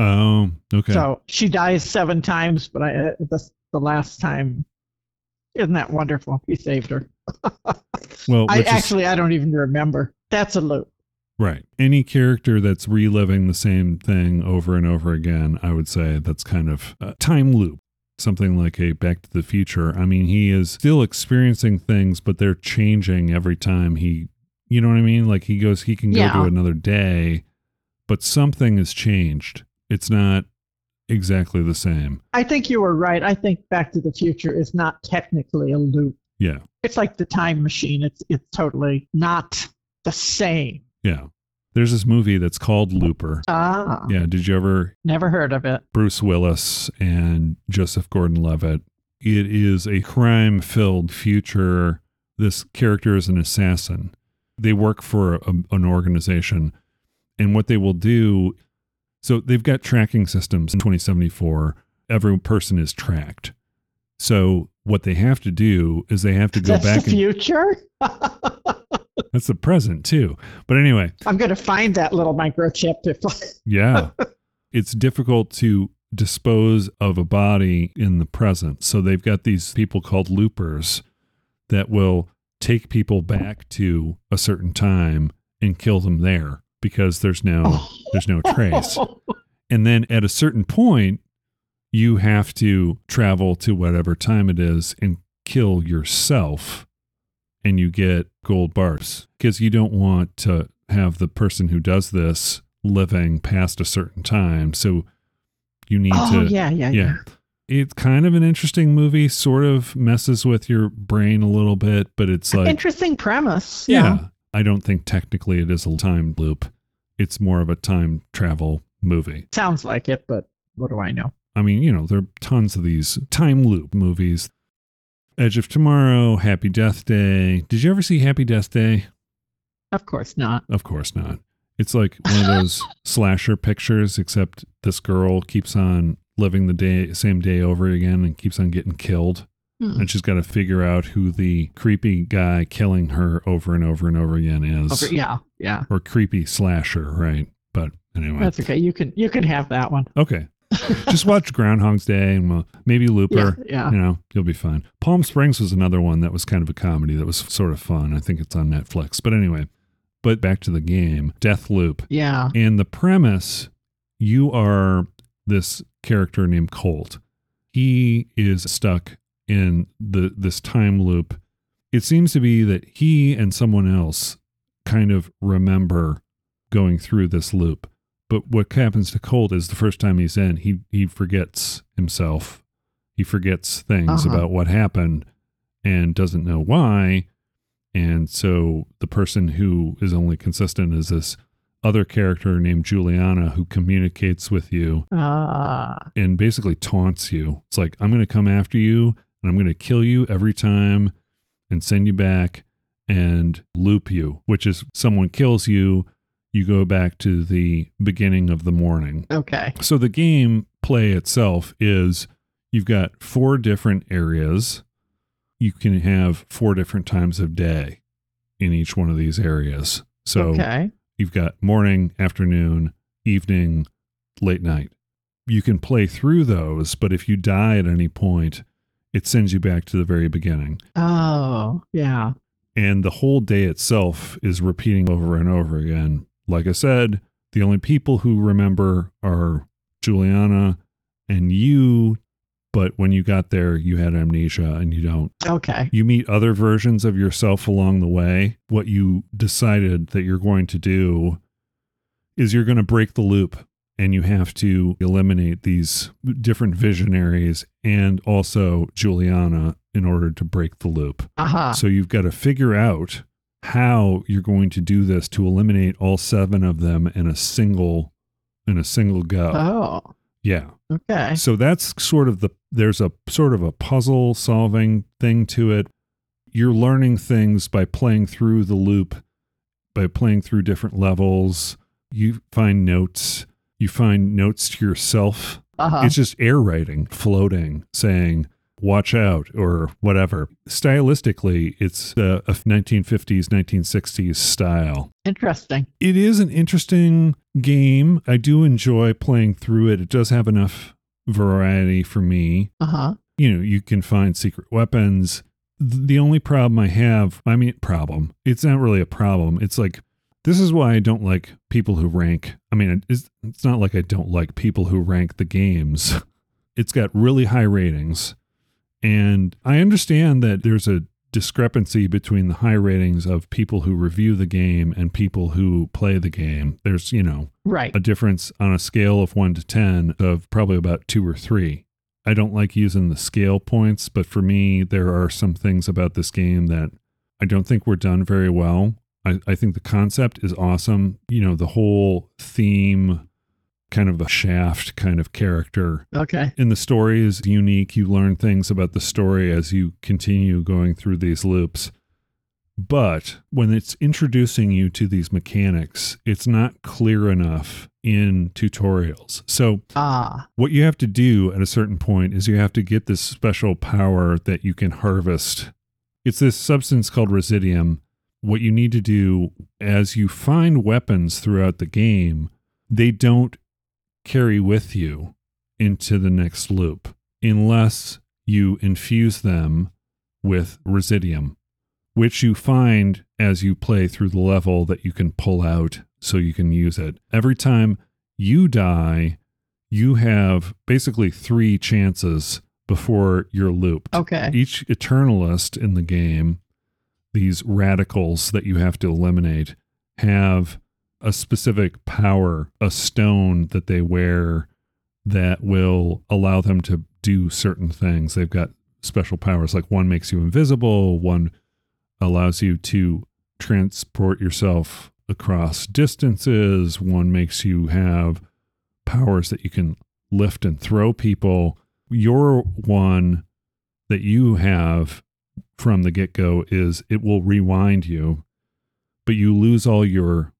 Oh, okay.
So she dies seven times, but I, uh, the the last time, isn't that wonderful? He saved her.
well,
I
which is-
actually I don't even remember. That's a loop.
right. Any character that's reliving the same thing over and over again, I would say that's kind of a time loop. Something like a Back to the Future. I mean, he is still experiencing things, but they're changing every time he, you know what I mean? Like he goes, he can go
Yeah.
to another day, but something has changed. It's not exactly the same.
I think you were right. I think Back to the Future is not technically a loop.
Yeah.
It's like the time machine. It's it's totally not the same.
Yeah. There's this movie that's called Looper.
Ah,
Yeah, did you ever
never heard of it.
Bruce Willis and Joseph Gordon Levitt? It is a crime filled future. This character is an assassin. They work for a, an organization. And what they will do so they've got tracking systems in 2074. Every person is tracked. So what they have to do is they have to go
That's
back
the
and
future.
that's the present too. But anyway,
I'm going to find that little microchip. If
Yeah. it's difficult to dispose of a body in the present. So they've got these people called loopers that will take people back to a certain time and kill them there because there's no there's no trace. And then at a certain point you have to travel to whatever time it is and kill yourself and you get gold bars because you don't want to have the person who does this living past a certain time. So you need
oh
to
yeah, yeah, yeah.
yeah. It's kind of an interesting movie, sort of messes with your brain a little bit, but it's like
Interesting premise.
yeah. I don't think technically it is a time loop. It's more of a time travel movie.
sounds like it, but what do I know?
I mean, you know, there are tons of these time loop movies. Edge of Tomorrow, Happy Death Day. Did you ever see Happy Death Day?
Of course not.
Of course not. It's like one of those slasher pictures, except this girl keeps on living the day same day over again and keeps on getting killed.
Hmm.
And she's got to figure out who the creepy guy killing her over and over and over again is.
Okay, yeah, yeah.
Or creepy slasher, right? But anyway.
That's okay. You can you can have that one.
okay. Just watch Groundhog's Day and well, maybe
Yeah,
Looper.
yeah.
You know, you'll be fine. Palm Springs was another one that was kind of a comedy that was sort of fun. I think it's on Netflix. But anyway, but back to the game Death Loop.
Yeah.
And the premise you are this character named Colt. He is stuck in the this time loop. It seems to be that he and someone else kind of remember going through this loop. But what happens to Colt is the first time he's in, he he forgets himself. He forgets things
Uh-huh.
about what happened and doesn't know why. And so the person who is only consistent is this other character named Juliana who communicates with you
Uh,
and basically taunts you. It's like, I'm going to come after you and I'm going to kill you every time and send you back and loop you, which is someone kills you, you go back to the beginning of the morning.
okay.
So the game play itself is you've got four different areas. You can have four different times of day in each one of these areas. So
okay.
You've got morning, afternoon, evening, late night. You can play through those, but if you die at any point, it sends you back to the very beginning.
Oh, yeah.
And the whole day itself is repeating over and over again. Like I said, the only people who remember are Juliana and you, but when you got there, you had amnesia and you don't.
Okay.
You meet other versions of yourself along the way. What you decided that you're going to do is you're going to break the loop and you have to eliminate these different visionaries and also Juliana in order to break the loop.
Uh-huh.
So you've got to figure out how you're going to do this to eliminate all seven of them in a single in a single go.
Oh,
Yeah.
okay.
So that's sort of the there's a sort of a puzzle solving thing to it. You're learning things by playing through the loop, by playing through different levels. You find notes, you find notes to yourself.
Uh-huh.
It's just air writing, floating, saying watch out or whatever. Stylistically, it's uh, a, a 1950s, 1960s style
Interesting.
it is an interesting game. I do enjoy playing through it. It does have enough variety for me.
Uh-huh.
You know, you can find secret weapons. Th- The only problem I have, I mean, problem, it's not really a problem. It's like, this is why I don't like people who rank. I mean, it's, it's not like I don't like people who rank the games. It's got really high ratings. And I understand that there's a discrepancy between the high ratings of people who review the game and people who play the game. There's, you know,
Right.
a difference on a scale of 1 to 10 of probably about 2 or 3. I don't like using the scale points, but for me, there are some things about this game that I don't think were done very well. I, I think the concept is awesome. You know, the whole theme, kind of the shaft kind of character
Okay.
in the story is unique. You learn things about the story as you continue going through these loops. But when it's introducing you to these mechanics, it's not clear enough in tutorials. So
Ah,
what you have to do at a certain point is you have to get this special power that you can harvest. It's this substance called residium. What you need to do as you find weapons throughout the game, they don't carry with you into the next loop unless you infuse them with residium, which you find as you play through the level that you can pull out so you can use it. Every time you die, you have basically three chances before you're looped.
okay.
Each Eternalist in the game, these radicals that you have to eliminate, have a specific power, a stone that they wear that will allow them to do certain things. They've got special powers, like one makes you invisible, one allows you to transport yourself across distances, one makes you have powers that you can lift and throw people. Your one that you have from the get go is it will rewind you, but you lose all your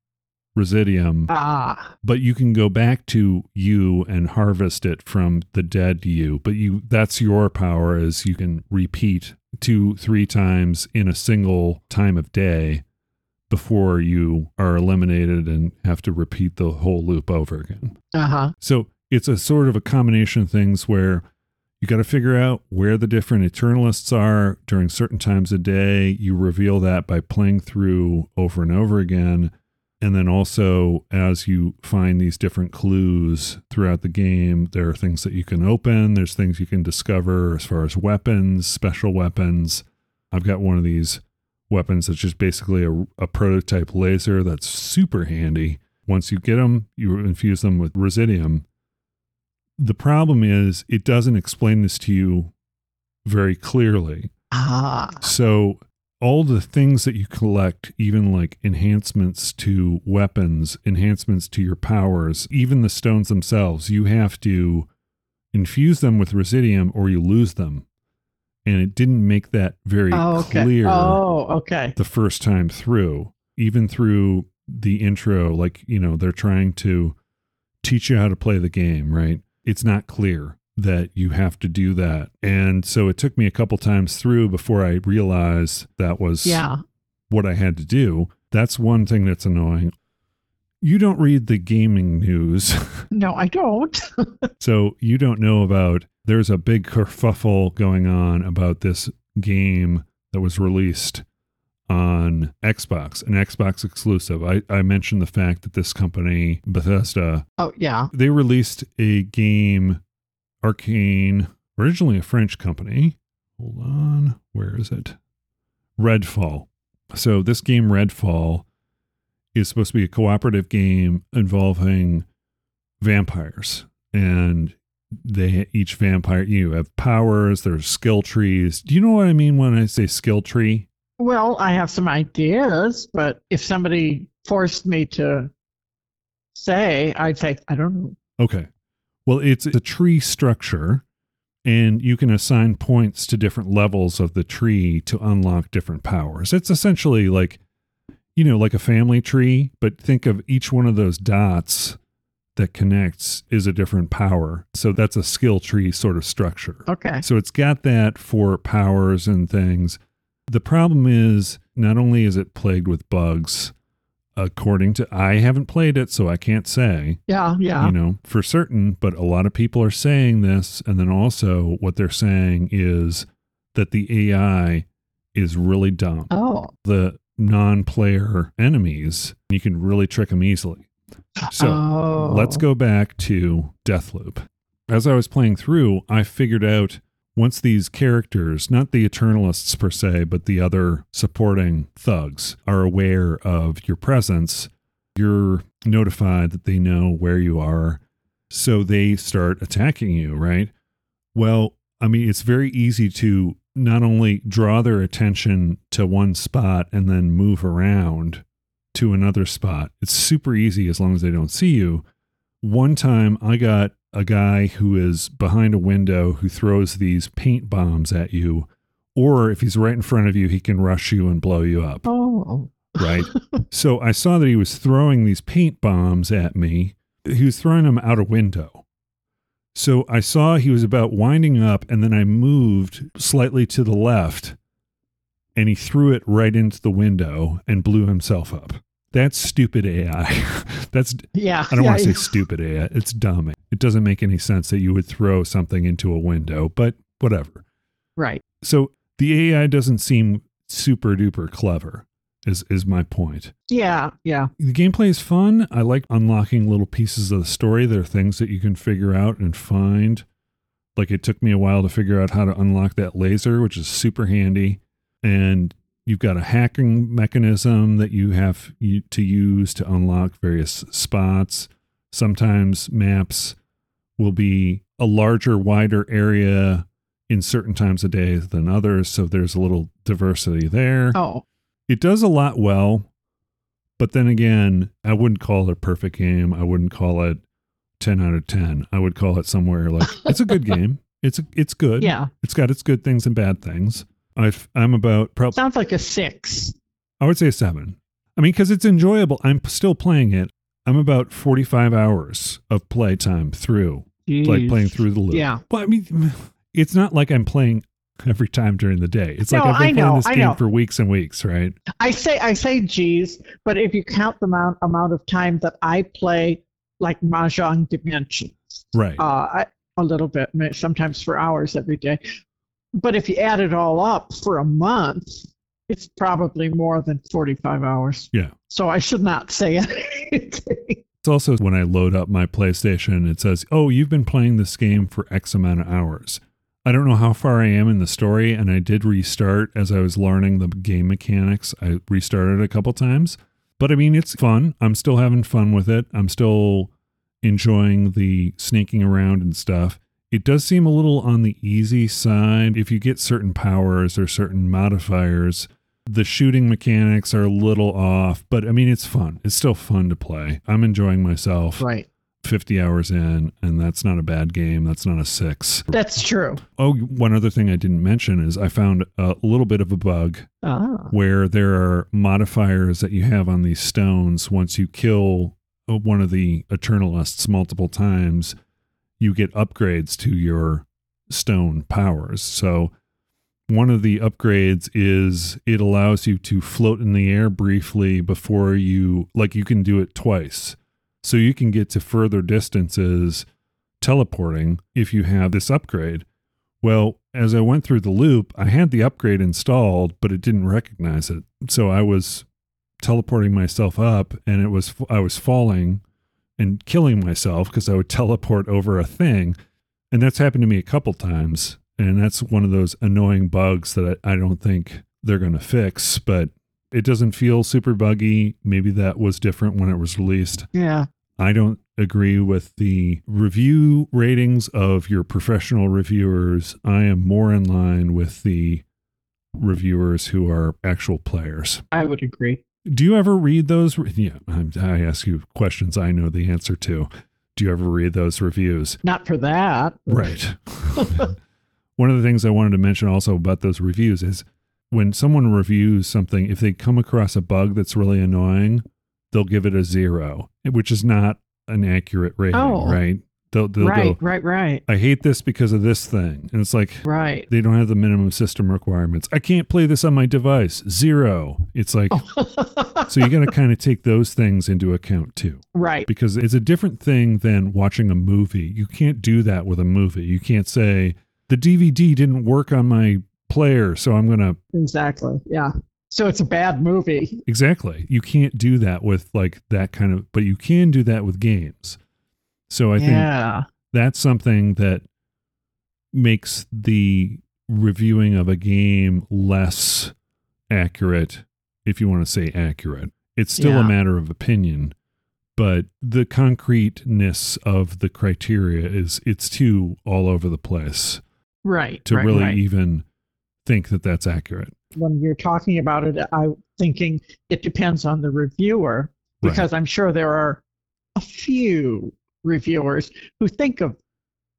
residium,
Ah,
but you can go back to you and harvest it from the dead you. But you that's your power is you can repeat two, three times in a single time of day before you are eliminated and have to repeat the whole loop over again.
uh huh.
So it's a sort of a combination of things where you got to figure out where the different Eternalists are during certain times of day. You reveal that by playing through over and over again. And then also, as you find these different clues throughout the game, there are things that you can open, there's things you can discover as far as weapons, special weapons. I've got one of these weapons that's just basically a, a prototype laser that's super handy. Once you get them, you infuse them with residium. The problem is it doesn't explain this to you very clearly.
Ah,
So all the things that you collect, even like enhancements to weapons, enhancements to your powers, even the stones themselves, you have to infuse them with residium or you lose them. And it didn't make that very
oh, okay.
clear
Oh, okay.
the first time through, even through the intro, like, you know, they're trying to teach you how to play the game, right? It's not clear that you have to do that. And so it took me a couple times through before I realized that was
Yeah.
what I had to do. That's one thing that's annoying. You don't read the gaming news.
No, I don't.
So you don't know about there's a big kerfuffle going on about this game that was released on Xbox, an Xbox exclusive. I, I mentioned the fact that this company, Bethesda,
Oh, yeah.
they released a game, Arcane, originally a French company. Hold on, where is it? Redfall. So this game, Redfall, is supposed to be a cooperative game involving vampires, and they each vampire you have powers. There's skill trees. Do you know what I mean when I say skill tree?
Well, I have some ideas, but if somebody forced me to say, I'd say, I don't know.
Okay. Well, it's a tree structure, and you can assign points to different levels of the tree to unlock different powers. It's essentially like, you know, like a family tree, but think of each one of those dots that connects is a different power. So that's a skill tree sort of structure.
Okay.
So it's got that for powers and things. The problem is not only is it plagued with bugs, according to I haven't played it, so I can't say
Yeah, yeah.
you know, for certain, but a lot of people are saying this. And then also, what they're saying is that the AI is really dumb.
Oh,
The non player enemies, you can really trick them easily. So
oh.
let's go back to Deathloop. As I was playing through, I figured out once these characters, not the Eternalists per se, but the other supporting thugs, are aware of your presence, you're notified that they know where you are. So they start attacking you, right? Well, I mean, it's very easy to not only draw their attention to one spot and then move around to another spot. It's super easy as long as they don't see you. One time I got a guy who is behind a window who throws these paint bombs at you, or if he's right in front of you, he can rush you and blow you up.
Oh,
Right. so I saw that he was throwing these paint bombs at me. He was throwing them out a window. So I saw he was about winding up, and then I moved slightly to the left, and he threw it right into the window and blew himself up. That's stupid AI. That's
yeah.
I don't
yeah,
want to say
you-
stupid AI. It's dumb. It doesn't make any sense that you would throw something into a window, but whatever.
Right.
So the AI doesn't seem super duper clever. Is is my point
Yeah. Yeah.
the gameplay is fun. I like unlocking little pieces of the story. There are things that you can figure out and find. Like it took me a while to figure out how to unlock that laser, which is super handy. And you've got a hacking mechanism that you have you, to use to unlock various spots. Sometimes maps will be a larger, wider area in certain times of day than others. So there's a little diversity there
Oh,
it does a lot well but then again i wouldn't call it a perfect game i wouldn't call it 10 out of 10 i would call it somewhere like it's a good game it's it's good
yeah.
it's got its good things and bad things I've, i'm about probably
Sounds like a six.
i would say a seven i mean because it's enjoyable i'm p- still playing it i'm about 45 hours of playtime through like
Jeez.
playing through the loop
Yeah.
well i mean it's not like i'm playing every time during the day it's like
No,
i've been
I
playing
know,
this
I
game
know.
for weeks and weeks right
I say I say geez, but if you count the amount amount of time that I play like mahjong dimensions,
right
uh, I, a little bit, ma- sometimes for hours every day. But if you add it all up for a month, it's probably more than forty-five hours.
Yeah.
So I should not say anything.
It's also when I load up my PlayStation, it says, Oh, you've been playing this game for X amount of hours. I don't know how far I am in the story, and I did restart as I was learning the game mechanics. I restarted a couple times, but I mean, it's fun. I'm still having fun with it. I'm still enjoying the sneaking around and stuff. It does seem a little on the easy side. If you get certain powers or certain modifiers, the shooting mechanics are a little off, but I mean, it's fun. It's still fun to play. I'm enjoying myself
right.
50 hours in, and that's not a bad game. That's not a six.
That's true.
Oh, one other thing I didn't mention is I found a little bit of a bug
Ah.
where there are modifiers that you have on these stones. Once you kill uh, one of the Eternalists multiple times, you get upgrades to your stone powers. So, one of the upgrades is it allows you to float in the air briefly before you, like, you can do it twice. So, you can get to further distances teleporting if you have this upgrade. Well, as I went through the loop, I had the upgrade installed, but it didn't recognize it. So I was teleporting myself up and it was I was falling and killing myself because I would teleport over a thing. And that's happened to me a couple times. And that's one of those annoying bugs that I, I don't think they're going to fix, but it doesn't feel super buggy. Maybe that was different when it was released.
Yeah.
I don't agree with the review ratings of your professional reviewers. I am more in line with the reviewers who are actual players.
I would agree.
Do you ever read those? re- Yeah, I'm, I ask you questions I know the answer to. Do you ever read those reviews?
Not for that.
Right. One of the things I wanted to mention also about those reviews is when someone reviews something, if they come across a bug that's really annoying, they'll give it a zero, which is not an accurate rating,
Oh.
right? They'll, they'll
right,
go,
right, right,
I hate this because of this thing. And it's like,
right.
they don't have the minimum system requirements. I can't play this on my device. Zero. It's like,
Oh.
so you got to kind of take those things into account too
right.
because it's a different thing than watching a movie. You can't do that with a movie. You can't say the DVD didn't work on my player, so I'm going to
Exactly. Yeah. So it's a bad movie.
Exactly. You can't do that with like that kind of but you can do that with games. So I think
yeah.
that's something that makes the reviewing of a game less accurate if you want to say accurate. It's still a
Yeah.
matter of opinion, but the concreteness of the criteria is it's too all over the place
Right.
to
right,
really
right.
even think that that's accurate.
when you're talking about it, I'm thinking it depends on the reviewer because I'm sure there are a few reviewers who think of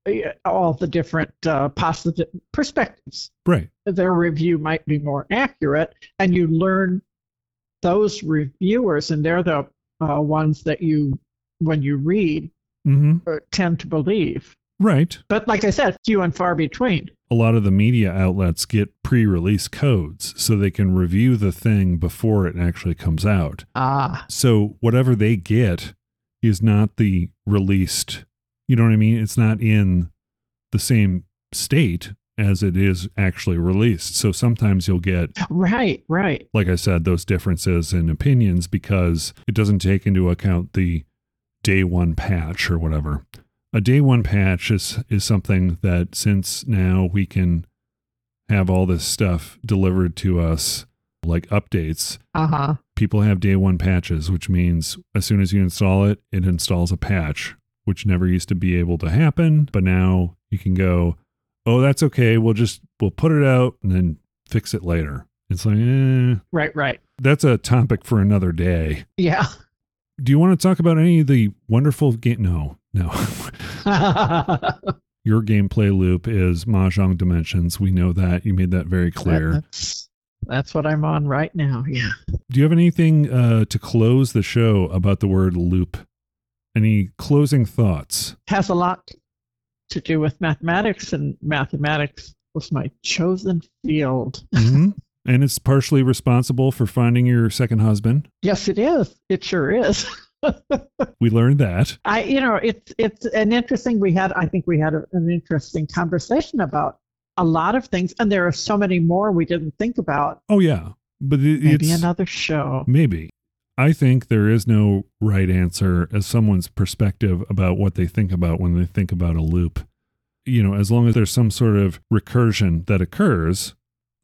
uh, all the different uh, positive perspectives.
Right.
Their review might be more accurate, and you learn those reviewers, and they're the uh, ones that you, when you read,
Mm-hmm.
uh, tend to believe.
Right.
But like I said, few and far between.
A lot of the media outlets get pre release codes so they can review the thing before it actually comes out.
Ah,
So whatever they get is not the released, you know what I mean? It's not in the same state as it is actually released. So sometimes you'll get
right, right.
like I said, those differences in opinions because it doesn't take into account the day one patch or whatever. A day one patch is is something that since now we can have all this stuff delivered to us like updates.
Uh huh.
People have day one patches, which means as soon as you install it, it installs a patch, which never used to be able to happen. But now you can go, oh, that's okay. We'll just we'll put it out and then fix it later. It's like, eh,
Right, right.
that's a topic for another day.
Yeah.
Do you want to talk about any of the wonderful game? No, no. Your gameplay loop is Mahjong Dimensions. We know that. You made that very clear.
That's, that's what I'm on right now. Yeah.
Do you have anything uh, to close the show about the word loop? Any closing thoughts?
Has a lot to do with mathematics, and mathematics was my chosen field.
hmm and it's partially responsible for finding your second husband.
Yes, it is. It sure is.
We learned that.
I, you know, it's it's an interesting. We had, I think, we had a, an interesting conversation about a lot of things, and there are so many more we didn't think about.
Oh, yeah. But it,
Maybe
it's.
another show.
Maybe. I think there is no right answer as someone's perspective about what they think about when they think about a loop. You know, as long as there's some sort of recursion that occurs,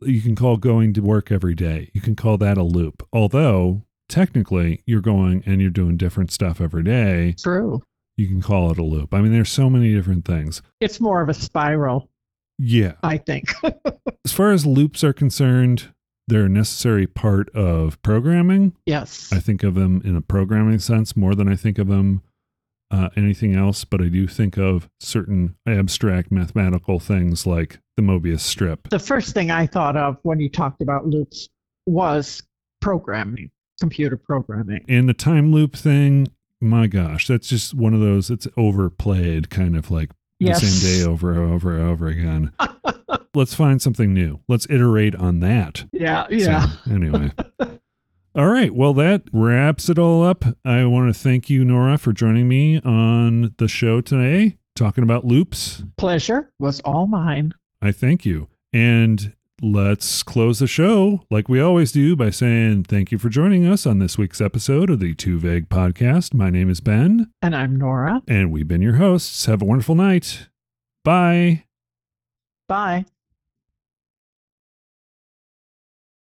you can call going to work every day. You can call that a loop. Although, technically, you're going and you're doing different stuff every day.
True.
You can call it a loop. I mean, there's so many different things.
It's more of a spiral,
Yeah.
I think.
As far as loops are concerned, they're a necessary part of programming.
yes.
I think of them in a programming sense more than I think of them uh, anything else, but I do think of certain abstract mathematical things like the Mobius strip.
the first thing I thought of when you talked about loops was programming, computer programming.
And the time loop thing, my gosh, that's just one of those that's overplayed kind of like the same day over and over and over again. Let's find something new. Let's iterate on that.
yeah, yeah.
So, anyway. all right. Well, that wraps it all up. I want to thank you, Nora, for joining me on the show today, talking about loops.
Pleasure was all mine.
I thank you. And let's close the show like we always do by saying thank you for joining us on this week's episode of the Too Vague podcast. My name is Ben,
And I'm Nora.
and we've been your hosts. Have a wonderful night. Bye.
Bye.